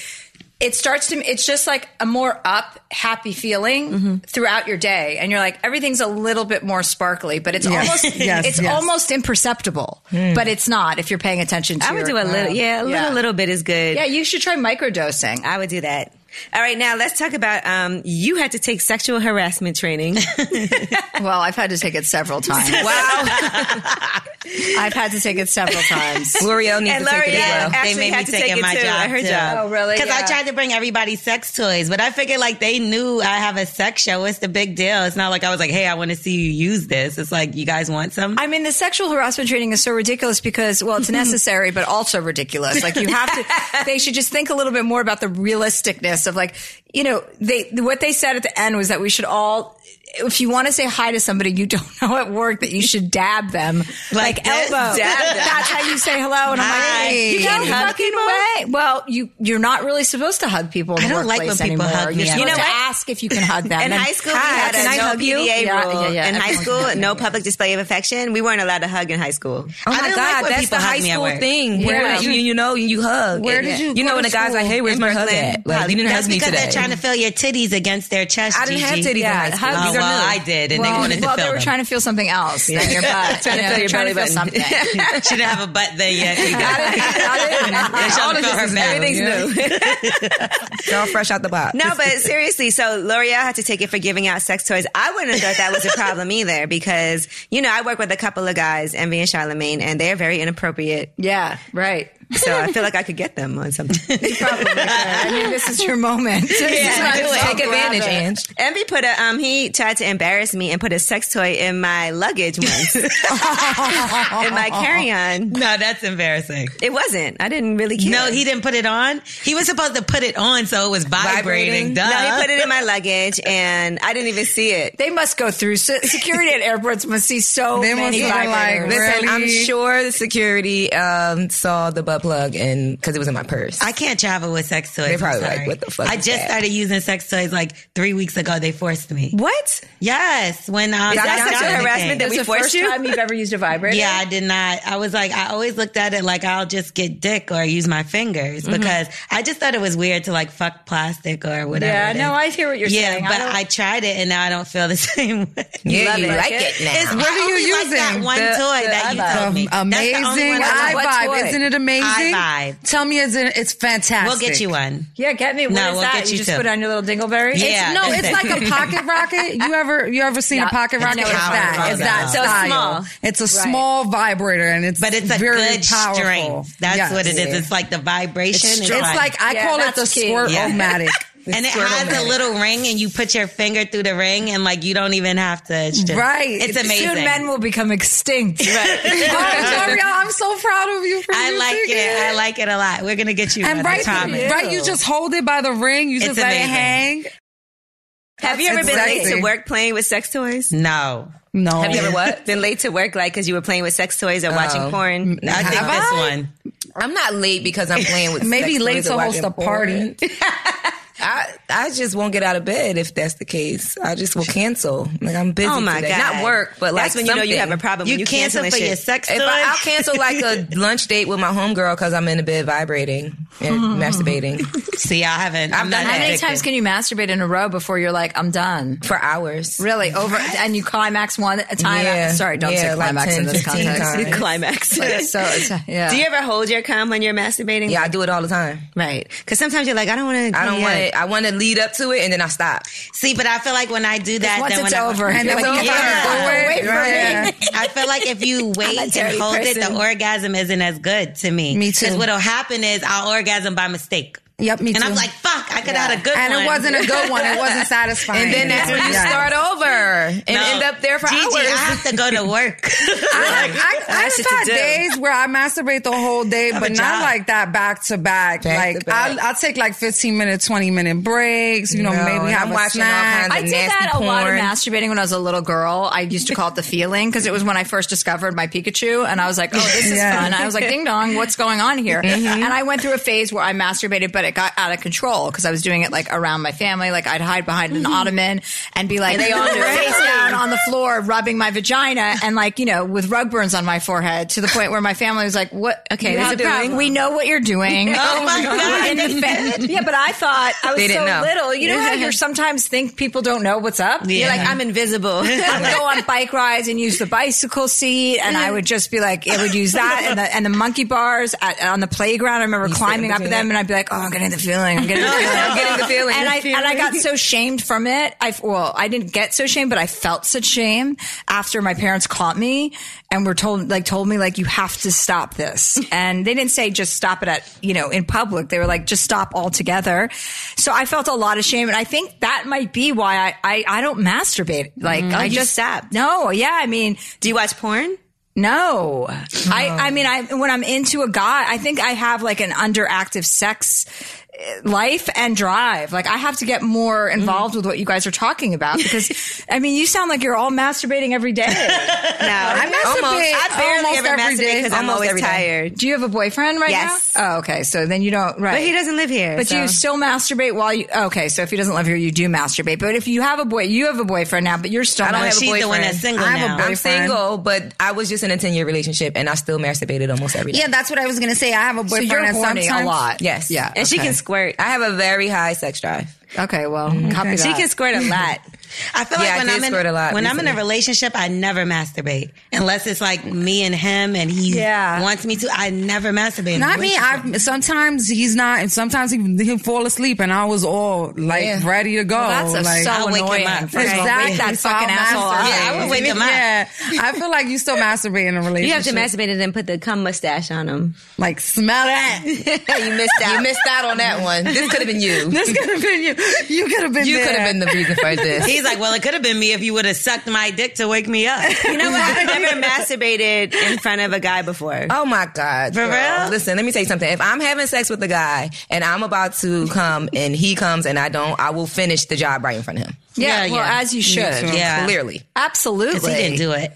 Speaker 3: It starts to, it's just like a more up, happy feeling
Speaker 6: Mm-hmm.
Speaker 3: throughout your day. And you're like, everything's a little bit more sparkly, but it's
Speaker 6: *laughs*
Speaker 5: Yes,
Speaker 3: almost,
Speaker 5: yes,
Speaker 3: it's
Speaker 5: yes.
Speaker 3: almost imperceptible, but it's not if you're paying attention to
Speaker 6: Mm. I would
Speaker 3: your- uh,
Speaker 6: do a little. Yeah, a
Speaker 3: Yeah.
Speaker 6: little, little bit is good.
Speaker 3: Yeah, you should try microdosing.
Speaker 6: I would do that. All right, now let's talk about um, you had to take sexual harassment training.
Speaker 3: Well, I've had to take it several times.
Speaker 7: Wow,
Speaker 3: I've had to take it several times.
Speaker 7: L'Oreal needs
Speaker 6: And
Speaker 7: to take it
Speaker 6: L'Oreal
Speaker 7: as well.
Speaker 6: Oh, actually
Speaker 2: they made me
Speaker 6: had to
Speaker 2: take,
Speaker 6: take
Speaker 2: in
Speaker 6: it
Speaker 2: my
Speaker 6: too,
Speaker 2: job.
Speaker 6: her
Speaker 2: too.
Speaker 6: job.
Speaker 3: Oh, really?
Speaker 2: Because
Speaker 3: Yeah.
Speaker 2: I tried to bring everybody sex toys, but I figured like they knew I have a sex show. It's the big deal. It's not like I was like, hey, I want to see you use this. It's like, you guys want some?
Speaker 3: I mean, the sexual harassment training is so ridiculous because, well, it's necessary, but also ridiculous. Like you have to, they should just think a little bit more about the realisticness of like, you know, they, what they said at the end was that we should all, if you want to say hi to somebody you don't *laughs* know at work, that you should dab them. Like,
Speaker 2: this? Dab
Speaker 3: elbow.
Speaker 2: them.
Speaker 3: That's how you say hello. And I'm
Speaker 2: Hi.
Speaker 3: like, you
Speaker 2: And
Speaker 3: don't
Speaker 2: hug
Speaker 3: fucking way. Well, you, you're not really supposed to hug people. In
Speaker 2: I
Speaker 3: the
Speaker 2: don't like when
Speaker 3: workplace
Speaker 2: people
Speaker 3: anymore.
Speaker 2: hug me.
Speaker 3: You're
Speaker 2: You
Speaker 3: supposed
Speaker 2: know
Speaker 3: to
Speaker 2: what?
Speaker 3: ask if you can hug them.
Speaker 6: In
Speaker 3: And-
Speaker 6: high school,
Speaker 3: Hi,
Speaker 6: we had
Speaker 3: can
Speaker 6: a
Speaker 3: I
Speaker 6: no
Speaker 3: hug you?
Speaker 6: PDA
Speaker 3: Yeah,
Speaker 6: rule.
Speaker 3: yeah, yeah.
Speaker 6: in high
Speaker 3: Everyone
Speaker 6: school,
Speaker 3: can hug
Speaker 6: no
Speaker 3: *laughs* me.
Speaker 6: public display of affection. We weren't allowed to hug in high school.
Speaker 7: Oh my
Speaker 2: I don't like
Speaker 7: god,
Speaker 2: when
Speaker 7: that's
Speaker 2: people
Speaker 7: the
Speaker 2: hug
Speaker 7: high
Speaker 2: me at
Speaker 7: school
Speaker 2: work.
Speaker 7: thing.
Speaker 2: Yeah.
Speaker 7: Where you, you know you hug.
Speaker 5: Where did you
Speaker 7: You know
Speaker 5: go
Speaker 7: when
Speaker 5: to
Speaker 7: the guy's like,
Speaker 5: school?
Speaker 7: hey, where's my hug
Speaker 6: Brooklyn,
Speaker 7: at? Like you didn't
Speaker 2: That's
Speaker 7: hug me
Speaker 2: because
Speaker 7: today.
Speaker 2: they're trying to feel your titties against their chest.
Speaker 7: I didn't have
Speaker 2: Gigi.
Speaker 7: titties in high school.
Speaker 2: Oh,
Speaker 7: These are
Speaker 2: well,
Speaker 7: new.
Speaker 2: I did, and they wanted to
Speaker 3: well,
Speaker 2: feel
Speaker 3: they were
Speaker 2: them.
Speaker 3: trying to feel something else than your butt.
Speaker 7: Trying to
Speaker 3: You know,
Speaker 7: feel your
Speaker 3: trying to feel
Speaker 7: belly
Speaker 2: *laughs*
Speaker 3: something.
Speaker 2: she didn't have a butt then yet. Either.
Speaker 3: *laughs* I
Speaker 2: All
Speaker 7: of this is
Speaker 2: everything's new.
Speaker 7: Girl, fresh out the box.
Speaker 6: No, but seriously, so L'Oreal had to take it for giving out sex toys. I wouldn't have thought that was
Speaker 3: *laughs*
Speaker 6: a problem either because, you know, I work with a couple of guys, Envy and Charlemagne, and they're very inappropriate.
Speaker 3: Yeah, right.
Speaker 6: So I feel like I could get them
Speaker 3: *laughs*
Speaker 6: on something.
Speaker 3: I mean, this is your moment.
Speaker 7: Take advantage, Ange.
Speaker 6: Envy put a um he tried to embarrass me and put a sex toy in my
Speaker 3: *laughs*
Speaker 6: luggage once. *laughs* in my carry-on.
Speaker 2: *laughs* No, that's embarrassing.
Speaker 6: It wasn't. I didn't really care.
Speaker 2: No, he didn't put it on. He was supposed to put it on so it was vibrating. Duh.
Speaker 6: No, he put it in my luggage and I didn't even see it.
Speaker 3: They must go through se- security at airports. Must see so
Speaker 5: They must
Speaker 3: many
Speaker 5: be like,
Speaker 3: vibrators.
Speaker 5: "Really?"
Speaker 7: Listen, I'm sure the security um, saw the butt plug and because it was in my purse.
Speaker 2: I can't travel with sex toys.
Speaker 7: They probably
Speaker 2: I'm sorry.
Speaker 7: like, what the fuck
Speaker 2: I
Speaker 7: is
Speaker 2: just
Speaker 7: that?
Speaker 2: started using sex toys like three weeks ago. They forced me.
Speaker 6: What?
Speaker 2: Yes, when um,
Speaker 7: that
Speaker 2: Dr.
Speaker 7: sexual
Speaker 2: Johnson
Speaker 6: harassment
Speaker 2: came.
Speaker 6: that we
Speaker 3: It's the
Speaker 6: forced
Speaker 3: first
Speaker 6: you?
Speaker 3: time you've ever used
Speaker 2: *laughs*
Speaker 3: a vibrator.
Speaker 2: Yeah, I did not. I was like, I always looked at it like I'll just get dick or use my fingers because I just thought it was weird to like fuck plastic or whatever.
Speaker 3: Yeah,
Speaker 2: it
Speaker 3: no,
Speaker 2: is.
Speaker 3: I hear what you're
Speaker 2: yeah,
Speaker 3: saying. I
Speaker 2: but
Speaker 3: don't-
Speaker 2: I, tried it and now I don't feel the *laughs* same way.
Speaker 7: yeah, you like it, now.
Speaker 2: It's, what I
Speaker 5: are you
Speaker 2: only like that
Speaker 5: using?
Speaker 2: one
Speaker 5: The-
Speaker 2: toy
Speaker 5: the
Speaker 2: that you
Speaker 5: iVibe.
Speaker 2: told me.
Speaker 5: The amazing
Speaker 2: That's the only one I like.
Speaker 5: i
Speaker 3: What
Speaker 5: vibe.
Speaker 3: toy?
Speaker 5: Isn't it amazing?
Speaker 2: iVibe.
Speaker 5: Tell me, it's it's fantastic.
Speaker 2: We'll get you one.
Speaker 3: Yeah, get me. What
Speaker 2: No,
Speaker 3: is
Speaker 2: we'll
Speaker 3: that?
Speaker 2: get
Speaker 3: you
Speaker 2: you
Speaker 3: just
Speaker 2: two.
Speaker 3: put on your little dingleberry.
Speaker 2: Yeah.
Speaker 5: It's, no, it's
Speaker 2: *laughs*
Speaker 5: like a pocket rocket. You ever you ever seen a pocket rocket? It's
Speaker 2: power
Speaker 5: that.
Speaker 2: rocket.
Speaker 5: It's that
Speaker 2: So
Speaker 5: style.
Speaker 6: small.
Speaker 5: It's a small vibrator, and it's
Speaker 2: But it's a
Speaker 5: very
Speaker 2: good
Speaker 5: powerful.
Speaker 2: strength. That's
Speaker 5: Yes.
Speaker 2: what it is. It's like the vibration.
Speaker 5: It's
Speaker 2: is
Speaker 5: like I
Speaker 3: Yeah,
Speaker 5: call it
Speaker 3: that's
Speaker 5: the
Speaker 3: key.
Speaker 5: squirt-o-matic.
Speaker 2: and it has a little ring, and you put your finger through the ring, and like you don't even have to. It's just-
Speaker 5: Right.
Speaker 2: It's amazing.
Speaker 3: Soon men will become extinct.
Speaker 5: Oh, L'Oreal, I'm so proud of you for
Speaker 2: I
Speaker 5: you
Speaker 2: like
Speaker 5: thinking.
Speaker 2: it. I like it a lot. We're gonna get you
Speaker 5: And
Speaker 2: one. I
Speaker 5: right,
Speaker 2: promise.
Speaker 5: right, you just hold it by the ring. You
Speaker 2: It's
Speaker 5: just let it
Speaker 2: amazing.
Speaker 5: hang.
Speaker 6: Have you ever been late
Speaker 5: Exactly.
Speaker 6: to work playing with sex toys?
Speaker 2: No.
Speaker 5: No,
Speaker 6: Have you ever what? Been late to work like because you were playing with sex toys or watching porn?
Speaker 2: Oh. Mm, I think
Speaker 5: Have
Speaker 2: this
Speaker 5: I?
Speaker 2: one.
Speaker 7: I'm not late because I'm playing with
Speaker 5: *laughs* Maybe
Speaker 7: sex
Speaker 5: late
Speaker 7: toys
Speaker 5: to
Speaker 7: or
Speaker 5: host
Speaker 7: watching
Speaker 5: a party. *laughs*
Speaker 7: porn. *laughs* I I just won't get out of bed if that's the case. I just will cancel. Like I'm busy.
Speaker 6: Oh my
Speaker 7: today.
Speaker 6: God.
Speaker 7: not work, but like
Speaker 6: That's when you know you
Speaker 7: something.
Speaker 6: have a problem.
Speaker 2: You,
Speaker 6: when you
Speaker 2: cancel
Speaker 6: canceling
Speaker 2: for
Speaker 6: shit.
Speaker 2: your sex toy?
Speaker 7: If I, I'll cancel like
Speaker 6: *laughs*
Speaker 7: a lunch date with my homegirl because I'm in the bed vibrating and
Speaker 5: Hmm.
Speaker 7: masturbating
Speaker 2: See, I haven't. I'm,
Speaker 7: I've
Speaker 2: not
Speaker 7: done
Speaker 3: How
Speaker 7: that.
Speaker 3: many
Speaker 2: addicted.
Speaker 3: times can you masturbate in a row before you're like, I'm done?
Speaker 7: for hours.
Speaker 3: Really, over and you climax one time.
Speaker 7: Yeah.
Speaker 3: Sorry, don't
Speaker 7: Yeah,
Speaker 3: say
Speaker 7: like
Speaker 3: climax
Speaker 7: 10,
Speaker 3: in this
Speaker 7: 15
Speaker 3: context.
Speaker 7: times.
Speaker 6: climax.
Speaker 3: So it's, yeah.
Speaker 6: *laughs* Do you ever hold your cum when you're masturbating?
Speaker 7: Yeah, I do it all the time.
Speaker 6: Right. Because sometimes you're like, I don't want to.
Speaker 7: I don't want it. I want to lead up to it and then I stop.
Speaker 2: See, but I feel like when I do that,
Speaker 3: once
Speaker 2: then
Speaker 3: it's
Speaker 2: when I-
Speaker 3: over, *laughs*
Speaker 5: And
Speaker 3: you're
Speaker 5: it's
Speaker 3: like,
Speaker 5: over.
Speaker 2: Yeah.
Speaker 5: Wait for
Speaker 2: *laughs*
Speaker 7: Right.
Speaker 5: me.
Speaker 2: I feel like if you wait and
Speaker 3: dirty
Speaker 2: hold it,
Speaker 3: person.
Speaker 2: the orgasm isn't as good to me.
Speaker 5: Me too.
Speaker 2: Because what'll happen is I'll orgasm by mistake.
Speaker 5: Yep, me
Speaker 2: and
Speaker 5: too.
Speaker 2: I'm like, fuck, I could have had a good
Speaker 5: and
Speaker 2: one.
Speaker 5: it wasn't a good one. It wasn't satisfying.
Speaker 7: And then that's when you
Speaker 5: Yes.
Speaker 7: start over and
Speaker 2: No.
Speaker 7: end up there for
Speaker 2: Gigi, I
Speaker 7: hours.
Speaker 2: have to go to work. *laughs*
Speaker 5: I, I, I've
Speaker 6: shit to
Speaker 5: had
Speaker 6: do.
Speaker 5: days where I masturbate the whole day, but not
Speaker 2: job.
Speaker 5: like that back to back.
Speaker 7: Back to
Speaker 5: Like
Speaker 7: back.
Speaker 5: I'll, I'll take like fifteen minute, twenty minute breaks. You know,
Speaker 7: No,
Speaker 5: maybe
Speaker 7: and
Speaker 5: have
Speaker 7: I'm
Speaker 5: a
Speaker 7: watching all
Speaker 5: snack.
Speaker 7: kinds of
Speaker 3: I did that
Speaker 7: nasty
Speaker 3: a lot of
Speaker 7: porn.
Speaker 3: masturbating when I was a little girl. I used to call it the feeling because it was when I first discovered my Pikachu, and I was like, "Oh, this is
Speaker 5: Yeah.
Speaker 3: fun." I was like, "Ding dong, what's going on here?" And I went through a phase where I masturbated, but it got out of control because I was doing it like around my family. Like I'd hide behind an ottoman and be like, face down on the floor, rubbing my vagina, and like you know, with rug burns on my forehead, to the point where my family was like, "What? Okay, there's a problem. We know what you're doing."
Speaker 2: oh my God.
Speaker 3: And they fa- yeah, but I thought I was
Speaker 7: They
Speaker 3: so
Speaker 7: didn't know.
Speaker 3: little. You know how
Speaker 7: *laughs*
Speaker 3: you sometimes think people don't know what's up.
Speaker 6: You're like,
Speaker 5: *laughs*
Speaker 6: I'm
Speaker 3: *laughs*
Speaker 6: invisible.
Speaker 3: I would go on bike rides and use the bicycle seat, and I would just be like, I would use that and the, and the monkey bars at, on the playground. I remember climbing up them, and I'd be like, "Oh, I'm getting the feeling.
Speaker 7: *laughs*
Speaker 3: I'm getting the feeling. I'm getting the feeling." And I and I got so shamed from it. I well, I didn't get so shamed, but I felt such shame after my parents caught me and were told like told me like you have to stop *laughs* this, and they didn't say just stop it at you know in public. They were like just stop altogether. So I felt a lot of shame, and I think that might be why I I, I don't masturbate. Like Mm-hmm. I
Speaker 6: you
Speaker 3: just
Speaker 6: stopped.
Speaker 3: No, yeah, I mean,
Speaker 6: Do you watch porn?
Speaker 3: no. I I mean, I when I'm into a guy, I think I have like an underactive sex eh, life and drive. Like I have to get more involved with what you guys are talking about *laughs* because I mean, you sound like you're all masturbating every day.
Speaker 6: No.
Speaker 5: I masturbate
Speaker 6: I barely
Speaker 5: almost
Speaker 6: ever
Speaker 5: every
Speaker 6: masturbate
Speaker 5: day.
Speaker 6: because I'm
Speaker 7: Almost
Speaker 6: always
Speaker 7: every day.
Speaker 6: tired.
Speaker 3: Do you have a boyfriend right
Speaker 6: Yes.
Speaker 3: now? Oh, okay. So then you don't right.
Speaker 6: But he doesn't live here.
Speaker 3: But
Speaker 6: so.
Speaker 3: you still masturbate while you okay. So if he doesn't live here, you do masturbate. But if you have a boy, you have a boyfriend now, but you're still.
Speaker 7: I don't
Speaker 3: mas-
Speaker 7: have a
Speaker 2: She's the one
Speaker 7: boyfriend.
Speaker 2: that's single
Speaker 5: I'm a
Speaker 2: now.
Speaker 5: boy-
Speaker 7: I'm
Speaker 5: boyfriend.
Speaker 7: single, but I was just in a 10 year relationship and I still masturbated almost every day.
Speaker 5: Yeah, that's what I was gonna say. I have a
Speaker 3: so
Speaker 5: boyfriend.
Speaker 3: you're
Speaker 5: and
Speaker 3: horny a
Speaker 5: sometimes-
Speaker 3: lot.
Speaker 7: Yes.
Speaker 3: Yeah.
Speaker 6: and she
Speaker 7: Okay.
Speaker 6: can squirt.
Speaker 7: I have a very high sex drive.
Speaker 3: Okay. Well, copy that.
Speaker 7: *laughs*
Speaker 6: She can squirt a lot.
Speaker 2: I feel
Speaker 7: Yeah, I
Speaker 2: like when
Speaker 7: did
Speaker 2: I'm in
Speaker 7: squirt a lot
Speaker 2: when I'm in a
Speaker 7: recently.
Speaker 2: relationship, I never masturbate unless it's like me and him, and he
Speaker 5: Yeah.
Speaker 2: wants me to. I never masturbate. in a
Speaker 5: Not me.
Speaker 2: relationship.
Speaker 5: I sometimes he's not, and sometimes he he fall asleep, and I was all like
Speaker 7: Yeah.
Speaker 5: ready to go.
Speaker 3: That's a
Speaker 5: like,
Speaker 3: so
Speaker 2: I'll wake him
Speaker 3: annoying.
Speaker 2: up.
Speaker 3: First of all, wake that
Speaker 5: so
Speaker 3: fucking
Speaker 5: I'll
Speaker 3: asshole up.
Speaker 5: masturbate.
Speaker 2: Yeah, I would wake him up.
Speaker 5: Yeah, I feel like you still masturbate in a relationship.
Speaker 8: You have to masturbate and then put the cum mustache on
Speaker 2: *laughs*
Speaker 8: them.
Speaker 5: Like smell that.
Speaker 7: you missed out. You missed out on that one. This could have been you.
Speaker 5: This could have been you. You could have been.
Speaker 7: You
Speaker 5: there.
Speaker 7: could have been the reason for this.
Speaker 2: *laughs* He's like, well, it could have been me if you would have sucked my dick to wake me up.
Speaker 8: You know what? I've never masturbated in front of a guy before.
Speaker 7: Oh my God.
Speaker 2: For
Speaker 7: girl.
Speaker 2: real?
Speaker 7: Listen, let me tell you something. If I'm having sex with a guy and I'm about to come and he comes and I don't, I will finish the job right in front of him.
Speaker 3: Yeah,
Speaker 2: Yeah,
Speaker 3: well,
Speaker 2: yeah.
Speaker 3: as you should.
Speaker 2: Yeah.
Speaker 7: Clearly.
Speaker 3: Absolutely.
Speaker 2: He didn't do it. *laughs*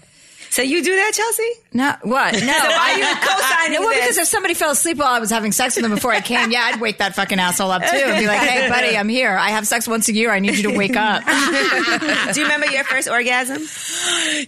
Speaker 8: So you do that,
Speaker 7: *laughs*
Speaker 8: Chelsea?
Speaker 3: No,
Speaker 8: *laughs*
Speaker 3: what? No, I
Speaker 8: you co-signing
Speaker 3: no, well,
Speaker 8: this?
Speaker 3: because if somebody fell asleep while I was having sex with them before I came, yeah, I'd wake that fucking asshole up too and be like, "Hey, buddy, I'm here. I have sex once a year. I need you to
Speaker 8: *laughs*
Speaker 3: wake up."
Speaker 8: Do you remember your first *laughs* orgasm?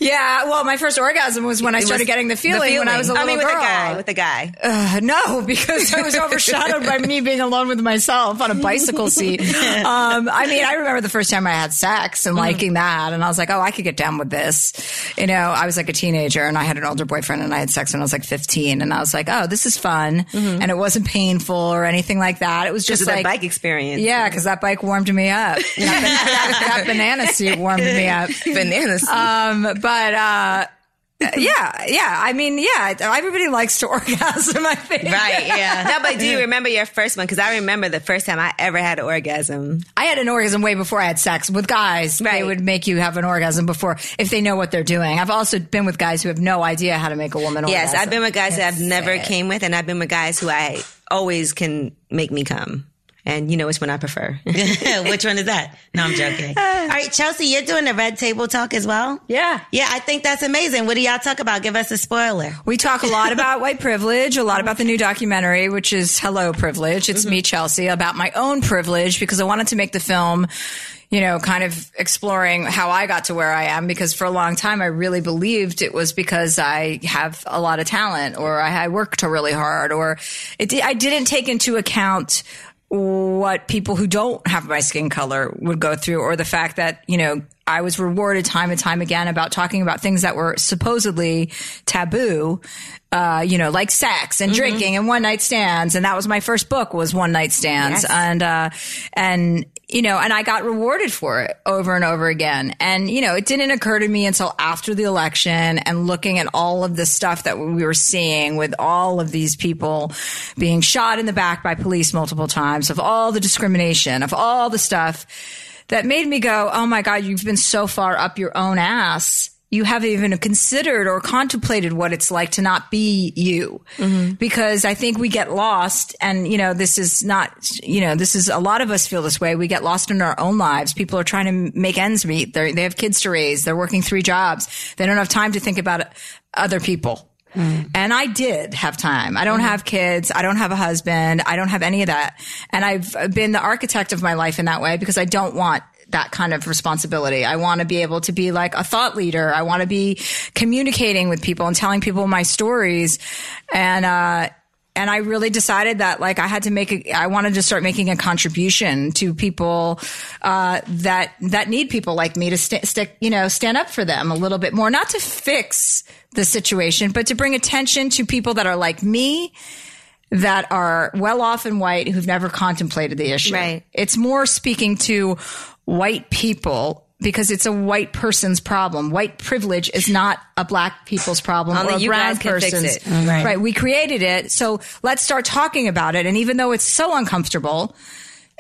Speaker 3: yeah. Well, my first orgasm was when I started getting the feeling, when I was a
Speaker 8: I
Speaker 3: little
Speaker 8: mean, with
Speaker 3: girl.
Speaker 8: a guy. With a guy.
Speaker 3: Uh, *laughs* no, because I was overshadowed by me being alone with myself on a bicycle seat. Um, I mean, I remember the first time I had sex and liking that, and I was like, "Oh, I could get down with this." You know, I was like a teenager, and I had an older boyfriend, and I had sex when I was like 15, and I was like, "Oh, this is fun," and it wasn't painful or anything like that. It was just
Speaker 8: Just that
Speaker 3: like
Speaker 8: bike experience.
Speaker 3: yeah, because that bike warmed me up. That, ba- that- that banana suit warmed me up.
Speaker 7: Bananas.
Speaker 3: Um, but uh, yeah, yeah. I mean, yeah. Everybody likes to *laughs* orgasm. I think.
Speaker 2: Right.
Speaker 8: *laughs*
Speaker 2: Yeah.
Speaker 8: No, but do you remember your first one? Because I remember the first time I ever had an orgasm.
Speaker 3: I had an orgasm way before I had sex with guys. They
Speaker 8: Right.
Speaker 3: would make you have an orgasm before if they know what they're doing. I've also been with guys who have no idea how to make a woman
Speaker 8: Yes,
Speaker 3: orgasm.
Speaker 8: I've been with guys that I've never came with, and I've been with guys who I always can make me come. And you know which one I prefer.
Speaker 2: Which one is that? No, I'm joking. All right, Chelsea, you're doing the red table talk as well.
Speaker 3: Yeah.
Speaker 2: Yeah, I think that's amazing. What do y'all talk about? Give us a spoiler.
Speaker 3: We talk a lot about white privilege, a lot about the new documentary, which is Hello Privilege. It's me, Chelsea, about my own privilege because I wanted to make the film, you know, kind of exploring how I got to where I am because for a long time I really believed it was because I have a lot of talent or I, I worked really hard or it, di- I didn't take into account what people who don't have my skin color would go through or the fact that, you know, I was rewarded time and time again about talking about things that were supposedly taboo, uh, you know, like sex and drinking and one night stands. And that was my first book was one night stands. And, uh, and, you know, and I got rewarded for it over and over again. And, you know, it didn't occur to me until after the election and looking at all of the stuff that we were seeing with all of these people being shot in the back by police multiple times, of all the discrimination, of all the stuff that made me go, Oh my God, you've been so far up your own ass. You haven't even considered or contemplated what it's like to not be you. Because I think we get lost and, you know, this is not, you know, this is a lot of us feel this way. We get lost in our own lives. People are trying to make ends meet. They're, they have kids to raise. They're working three jobs. They don't have time to think about other people. And I did have time. I don't have kids. I don't have a husband. I don't have any of that. And I've been the architect of my life in that way because I don't want that kind of responsibility. I want to be able to be like a thought leader. I want to be communicating with people and telling people my stories. And, uh, and I really decided that like I had to make a, I wanted to start making a contribution to people uh, that that need people like me to st- stick you know stand up for them a little bit more not to fix the situation but to bring attention to people that are like me that are well off and white who've never contemplated the issue
Speaker 8: Right.
Speaker 3: it's more speaking to white people because it's a white person's problem. White privilege is not a black people's problem
Speaker 8: Only
Speaker 3: or a
Speaker 8: you
Speaker 3: brown
Speaker 8: guys can fix
Speaker 3: person's.
Speaker 8: it.
Speaker 3: Right. We created it. So let's start talking about it. And even though it's so uncomfortable,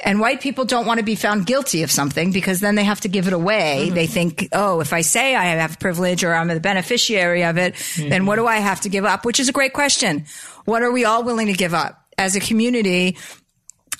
Speaker 3: and white people don't want to be found guilty of something because then they have to give it away. They think, oh, if I say I have privilege or I'm the beneficiary of it, then what do I have to give up? Which is a great question. What are we all willing to give up as a community?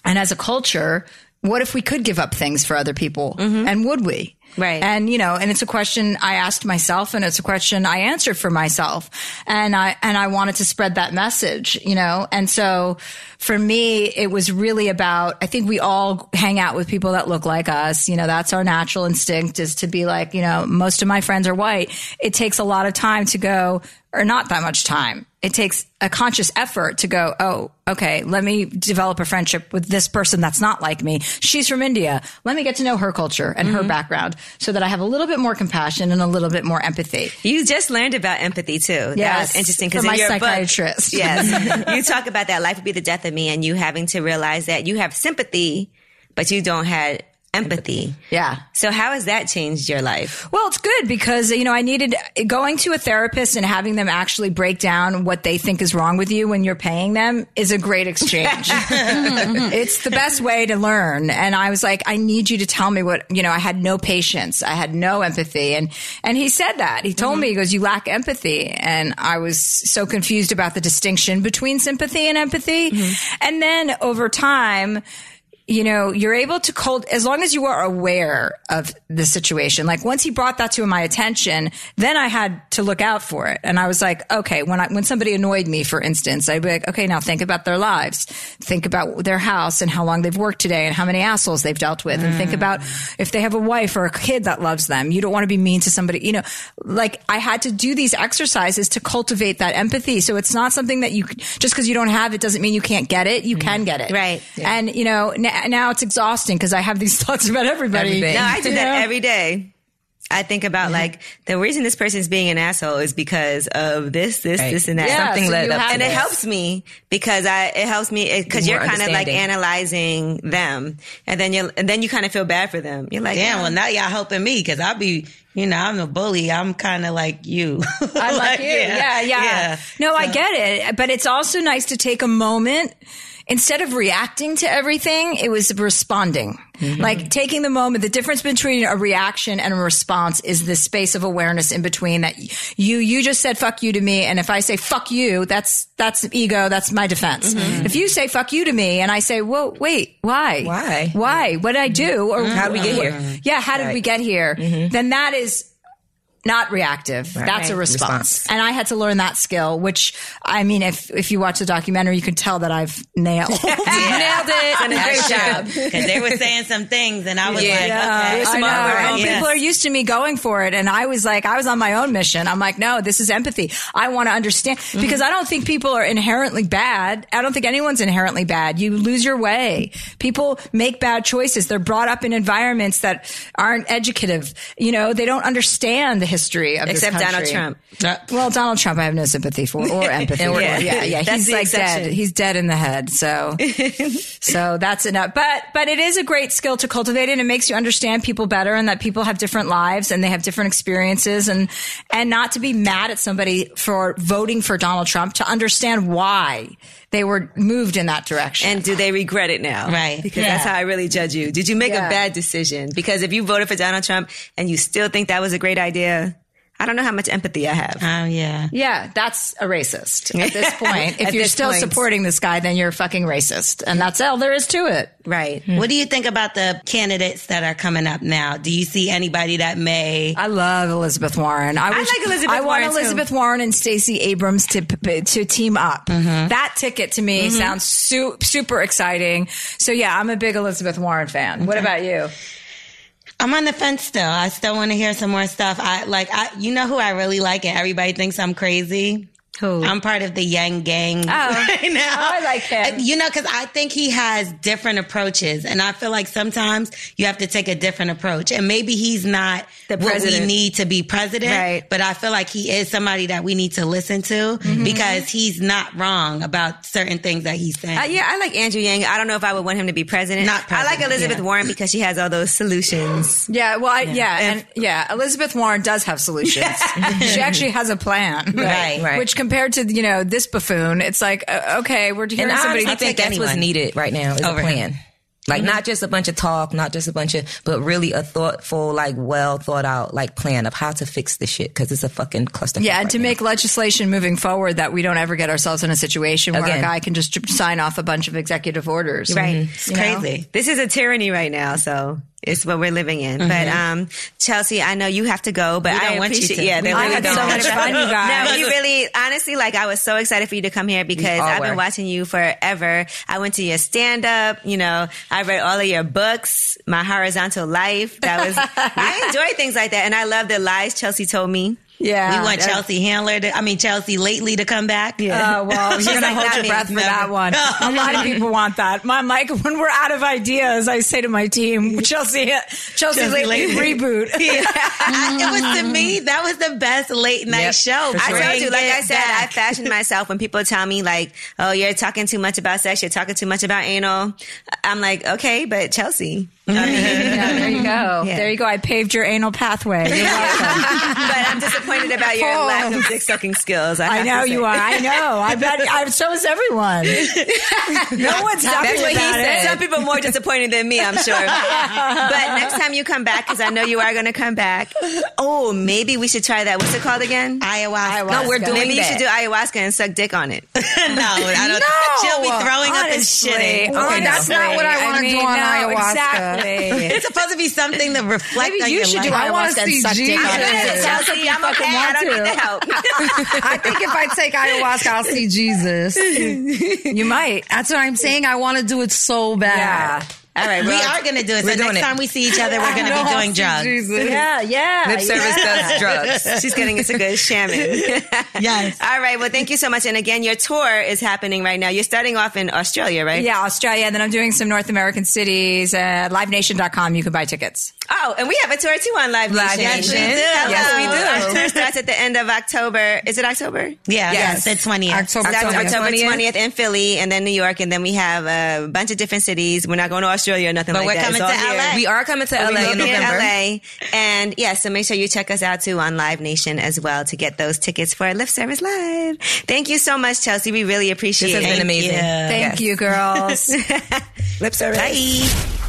Speaker 3: and as a culture, what if we could give up things for other people? And would we?
Speaker 8: Right.
Speaker 3: And you know, and it's a question I asked myself and it's a question I answered for myself. And I and I wanted to spread that message, you know. And so for me, it was really about I think we all hang out with people that look like us. You know, that's our natural instinct is to be like, you know, most of my friends are white. It takes a lot of time to go or not that much time. It takes a conscious effort to go, oh, okay, let me develop a friendship with this person that's not like me. She's from India. Let me get to know her culture and her background so that I have a little bit more compassion and a little bit more empathy.
Speaker 6: You just learned about empathy too. Yeah,
Speaker 3: Yes.
Speaker 6: was interesting because
Speaker 3: From my
Speaker 6: in your
Speaker 3: psychiatrist. *laughs*
Speaker 6: Book, yes, you talk about that life would be the death of me, and you having to realize that you have sympathy, but you don't have empathy.
Speaker 3: Yeah.
Speaker 6: So how has that changed your life?
Speaker 3: Well, it's good because, you know, I needed going to a therapist and having them actually break down what they think is wrong with you when you're paying them is a great exchange. it's the best way to learn. And I was like, I need you to tell me what, you know, I had no patience. I had no empathy. And, and he said that he told me, he goes, you lack empathy. And I was so confused about the distinction between sympathy and empathy. And then over time, you know, you're able to cold as long as you are aware of the situation. Like once he brought that to my attention, then I had to look out for it. And I was like, okay, when I, when somebody annoyed me, for instance, I'd be like, okay, now think about their lives, think about their house and how long they've worked today and how many assholes they've dealt with and think about if they have a wife or a kid that loves them. You don't want to be mean to somebody, you know, like I had to do these exercises to cultivate that empathy. So it's not something that you, just because you don't have it doesn't mean you can't get it. You can get it.
Speaker 6: Right.
Speaker 3: And you know, n- now it's exhausting because I have these *laughs* thoughts about everybody.
Speaker 7: Everything.
Speaker 6: No, I do
Speaker 3: You
Speaker 6: that
Speaker 3: know?
Speaker 6: every day. I think about like the reason this person's being an asshole is because of this, this,
Speaker 7: Right.
Speaker 6: this, and that.
Speaker 3: Yeah,
Speaker 7: Something
Speaker 3: so
Speaker 7: led
Speaker 3: you
Speaker 7: up to
Speaker 3: have
Speaker 6: and it
Speaker 3: this.
Speaker 6: helps me because I it helps me because
Speaker 7: More
Speaker 6: you're kind of like
Speaker 7: understanding.
Speaker 6: analyzing them, and then you and then you kind of feel bad for them. You're like,
Speaker 2: Damn,
Speaker 6: "Oh,
Speaker 2: well now y'all helping me because I'll be, you know, I'm a bully. I'm kind of like you. *laughs*
Speaker 3: I'm like you. Yeah, yeah. No, I get it. But it's also nice to take a moment. Instead of reacting to everything, it was responding.
Speaker 7: Mm-hmm.
Speaker 3: Like taking the moment, the difference between a reaction and a response is the space of awareness in between that you, you just said fuck you to me. And if I say fuck you, that's, that's ego. That's my defense.
Speaker 7: Mm-hmm.
Speaker 3: If you say fuck you to me and I say, whoa, wait, why?
Speaker 7: Why?
Speaker 3: Why? What did I do? Or
Speaker 7: How did we get here? Mm-hmm.
Speaker 3: Yeah. How did we get here? Then that is not reactive. That's a response.
Speaker 7: Response.
Speaker 3: And I had to learn that skill, which I mean, if if you watch the documentary, you can tell that I've *laughs* nailed. nailed it.
Speaker 2: Great job. Because they were saying some things, and I was like, okay,
Speaker 3: I know. And
Speaker 2: Yeah.
Speaker 3: people are used to me going for it. And I was like, I was on my own mission. I'm like, no, this is empathy. I want to understand because I don't think people are inherently bad. I don't think anyone's inherently bad. You lose your way. People make bad choices. They're brought up in environments that aren't educative. You know, they don't understand the history of this
Speaker 6: except Donald
Speaker 3: country.
Speaker 6: Trump.
Speaker 3: Well, Donald Trump, I have no sympathy for *laughs* or empathy. for. Yeah, yeah,
Speaker 6: That's
Speaker 3: He's
Speaker 6: the
Speaker 3: like
Speaker 6: exception.
Speaker 3: dead. He's dead in the head. *laughs* So, so that's enough. But, but it is a great skill to cultivate, and it makes you understand people better, and that people have different lives and they have different experiences, and and not to be mad at somebody for voting for Donald Trump, to understand why they were moved in that direction.
Speaker 6: And do they regret it now?
Speaker 2: Right.
Speaker 6: Because that's how I really judge you. Did you make
Speaker 3: Yeah.
Speaker 6: a bad decision? Because if you voted for Donald Trump and you still think that was a great idea, I don't know how much empathy I
Speaker 7: Uh-huh.
Speaker 6: have.
Speaker 2: Oh, yeah.
Speaker 3: Yeah, that's a racist at *laughs* this point. If
Speaker 6: At
Speaker 3: you're
Speaker 6: this
Speaker 3: still
Speaker 6: point.
Speaker 3: supporting this guy, then you're a fucking racist, and that's all there is to it.
Speaker 6: Right.
Speaker 2: What do you think about the candidates that are coming up now? Do you see anybody that may?
Speaker 3: I love Elizabeth Warren. I, wish-
Speaker 6: like Elizabeth
Speaker 3: I want
Speaker 6: Warren, too.
Speaker 3: Elizabeth Warren and Stacey Abrams to p- p- to team up. That ticket to me sounds su- super exciting. So yeah, I'm a big Elizabeth Warren fan. What about you?
Speaker 2: I'm on the fence still. I still want to hear some more stuff. I like, I you know who I really like, and everybody thinks I'm crazy.
Speaker 3: Who? Oh.
Speaker 2: I'm part of the Yang Gang *laughs* right now.
Speaker 3: I like him.
Speaker 2: Uh, You know, because I think he has different approaches, and I feel like sometimes you have to take a different approach. And maybe he's not
Speaker 6: The
Speaker 2: what we
Speaker 6: president.
Speaker 2: need to be president,
Speaker 6: Right.
Speaker 2: but I feel like he is somebody that we need to listen to
Speaker 3: Mm-hmm.
Speaker 2: because he's not wrong about certain things that he's saying.
Speaker 6: Uh, yeah, I like Andrew Yang. I don't know if I would want him to be president.
Speaker 2: Not president,
Speaker 6: I like Elizabeth
Speaker 2: yeah.
Speaker 6: Warren because she has all those solutions.
Speaker 3: Yeah, well, I, yeah, and yeah, Elizabeth Warren does have *laughs* solutions. she actually has a plan,
Speaker 2: Right, right.
Speaker 3: Which compared to you know this buffoon, it's like uh, okay, we're hearing
Speaker 7: *laughs* And I
Speaker 3: somebody
Speaker 7: honestly think that's what's
Speaker 2: anyone.
Speaker 7: needed right now is
Speaker 2: Over
Speaker 7: a
Speaker 2: him.
Speaker 7: plan. Like not just a bunch of talk, not just a bunch of, but really a thoughtful, like well thought out, like plan of how to fix this shit because it's a fucking cluster.
Speaker 3: Yeah, and to make legislation moving forward that we don't ever get ourselves in a situation where a
Speaker 7: Again.
Speaker 3: guy can just sign off a bunch of executive orders.
Speaker 6: Right.
Speaker 2: It's crazy.
Speaker 6: This is a tyranny right now, so it's what we're living in. But um, Chelsea, I know you have to go, but
Speaker 2: Mm-hmm. We don't
Speaker 6: I
Speaker 2: want you
Speaker 6: appreciate.
Speaker 2: to.
Speaker 6: Yeah, they
Speaker 2: We
Speaker 6: really
Speaker 3: had
Speaker 6: don't
Speaker 3: so
Speaker 6: want
Speaker 3: much
Speaker 6: to.
Speaker 3: fun, you guys.
Speaker 6: *laughs* No, we really, honestly, like I was so excited for you to come here because
Speaker 7: all
Speaker 6: I've been
Speaker 7: were.
Speaker 6: watching you forever. I went to your stand up. You know, I read all of your books,
Speaker 2: *laughs*
Speaker 6: My Horizontal Life. That was I enjoy things like that, and I love the lies Chelsea told me.
Speaker 3: Yeah.
Speaker 2: We want
Speaker 3: That-
Speaker 2: Chelsea Handler to, I mean, Chelsea Lately to come back.
Speaker 3: *laughs* Uh, well, you're gonna
Speaker 2: like,
Speaker 3: hold
Speaker 2: that
Speaker 3: your
Speaker 2: means
Speaker 3: breath for
Speaker 2: never.
Speaker 3: that one. A lot of people want that. My Mike, when we're out of ideas, I say to my team, Chelsea, Chelsea, Lately,
Speaker 2: Lately.
Speaker 3: reboot.
Speaker 2: I, it was to me,
Speaker 6: Mm.
Speaker 2: that was the best late night
Speaker 7: Yep,
Speaker 2: show.
Speaker 7: for
Speaker 2: I
Speaker 7: sure.
Speaker 2: told you,
Speaker 6: Like I said, I *laughs* fashion myself when people tell me like, "Oh, you're talking too much about sex. You're talking too much about anal." I'm like, okay, but Chelsea. I *laughs* mean,
Speaker 3: *laughs* Yeah, there you go. There you go. I paved your anal pathway. You're welcome.
Speaker 6: *laughs* but I'm disappointed about your lack of dick sucking skills. I,
Speaker 3: *laughs* I
Speaker 6: have to
Speaker 3: know
Speaker 6: say.
Speaker 3: you are. I know. I bet. I, so is everyone. No one's happy
Speaker 6: That's what he
Speaker 3: about
Speaker 6: said.
Speaker 3: it.
Speaker 6: Some people more disappointed than me, I'm sure. but next time you come back, because I know you are going to come back. Oh, maybe we should try that. What's it called again?
Speaker 2: Ayahuasca.
Speaker 3: No, we're
Speaker 6: Maybe you should do ayahuasca and suck dick on it.
Speaker 2: *laughs* no,
Speaker 3: *laughs*
Speaker 2: I don't. She'll be throwing up and shitting.
Speaker 3: Honestly,
Speaker 5: Okay, that's not
Speaker 3: honestly.
Speaker 5: what I wanna do on
Speaker 2: *laughs*
Speaker 5: ayahuasca.
Speaker 3: Exactly.
Speaker 2: It's supposed to be something that reflects
Speaker 3: *laughs* Maybe
Speaker 2: on
Speaker 3: you
Speaker 2: your
Speaker 3: should do
Speaker 2: life.
Speaker 5: I wanna
Speaker 3: ayahuasca and
Speaker 5: see
Speaker 3: suck dick
Speaker 5: Jesus.
Speaker 3: on it.
Speaker 5: Yeah.
Speaker 6: Chelsea, I'm okay. I
Speaker 3: want
Speaker 6: don't need
Speaker 3: to.
Speaker 6: the help.
Speaker 5: *laughs* I think if I take ayahuasca, I'll see Jesus.
Speaker 3: You might.
Speaker 5: That's what I'm saying. I want to do it so
Speaker 3: Yeah.
Speaker 5: bad.
Speaker 2: All right, we are going to do it. So
Speaker 7: We're doing
Speaker 2: next
Speaker 7: it.
Speaker 2: time we see each other, we're going to
Speaker 5: No,
Speaker 2: be
Speaker 5: I'll
Speaker 7: *laughs*
Speaker 2: doing
Speaker 5: see
Speaker 2: drugs.
Speaker 5: Jesus.
Speaker 3: Yeah, yeah.
Speaker 7: Lip service does drugs.
Speaker 6: She's getting into good shaman.
Speaker 2: Yes.
Speaker 6: All right. Well, thank you so much. And again, your tour is happening right now. You're starting off in Australia, right?
Speaker 3: Yeah, Australia. And then I'm doing some North American cities. Uh, LiveNation.com. You can buy tickets.
Speaker 6: Oh, and we have a tour too on Live Nation.
Speaker 7: Live Nation.
Speaker 6: Hello.
Speaker 7: Yes,
Speaker 6: Our tour starts at the end of October. Is it October?
Speaker 2: Yeah,
Speaker 7: Yes.
Speaker 2: the 20th.
Speaker 5: October,
Speaker 6: That's
Speaker 5: October
Speaker 6: October
Speaker 5: 20th.
Speaker 6: 20th in Philly and then New York. And then we have a bunch of different cities. We're not going to Australia or nothing
Speaker 2: But
Speaker 6: like
Speaker 2: we're
Speaker 6: that.
Speaker 2: coming
Speaker 6: It's all
Speaker 2: to
Speaker 6: here.
Speaker 2: LA.
Speaker 7: We are coming to LA in
Speaker 6: We'll be in
Speaker 7: November.
Speaker 6: LA. And yeah, so make sure you check us out too on Live Nation as well to get those tickets for Lift Service Live. Thank you so much, Chelsea. We really appreciate
Speaker 7: This has
Speaker 6: it.
Speaker 7: been amazing. *laughs*
Speaker 2: you.
Speaker 3: Thank you, girls.
Speaker 6: Lip service. Bye.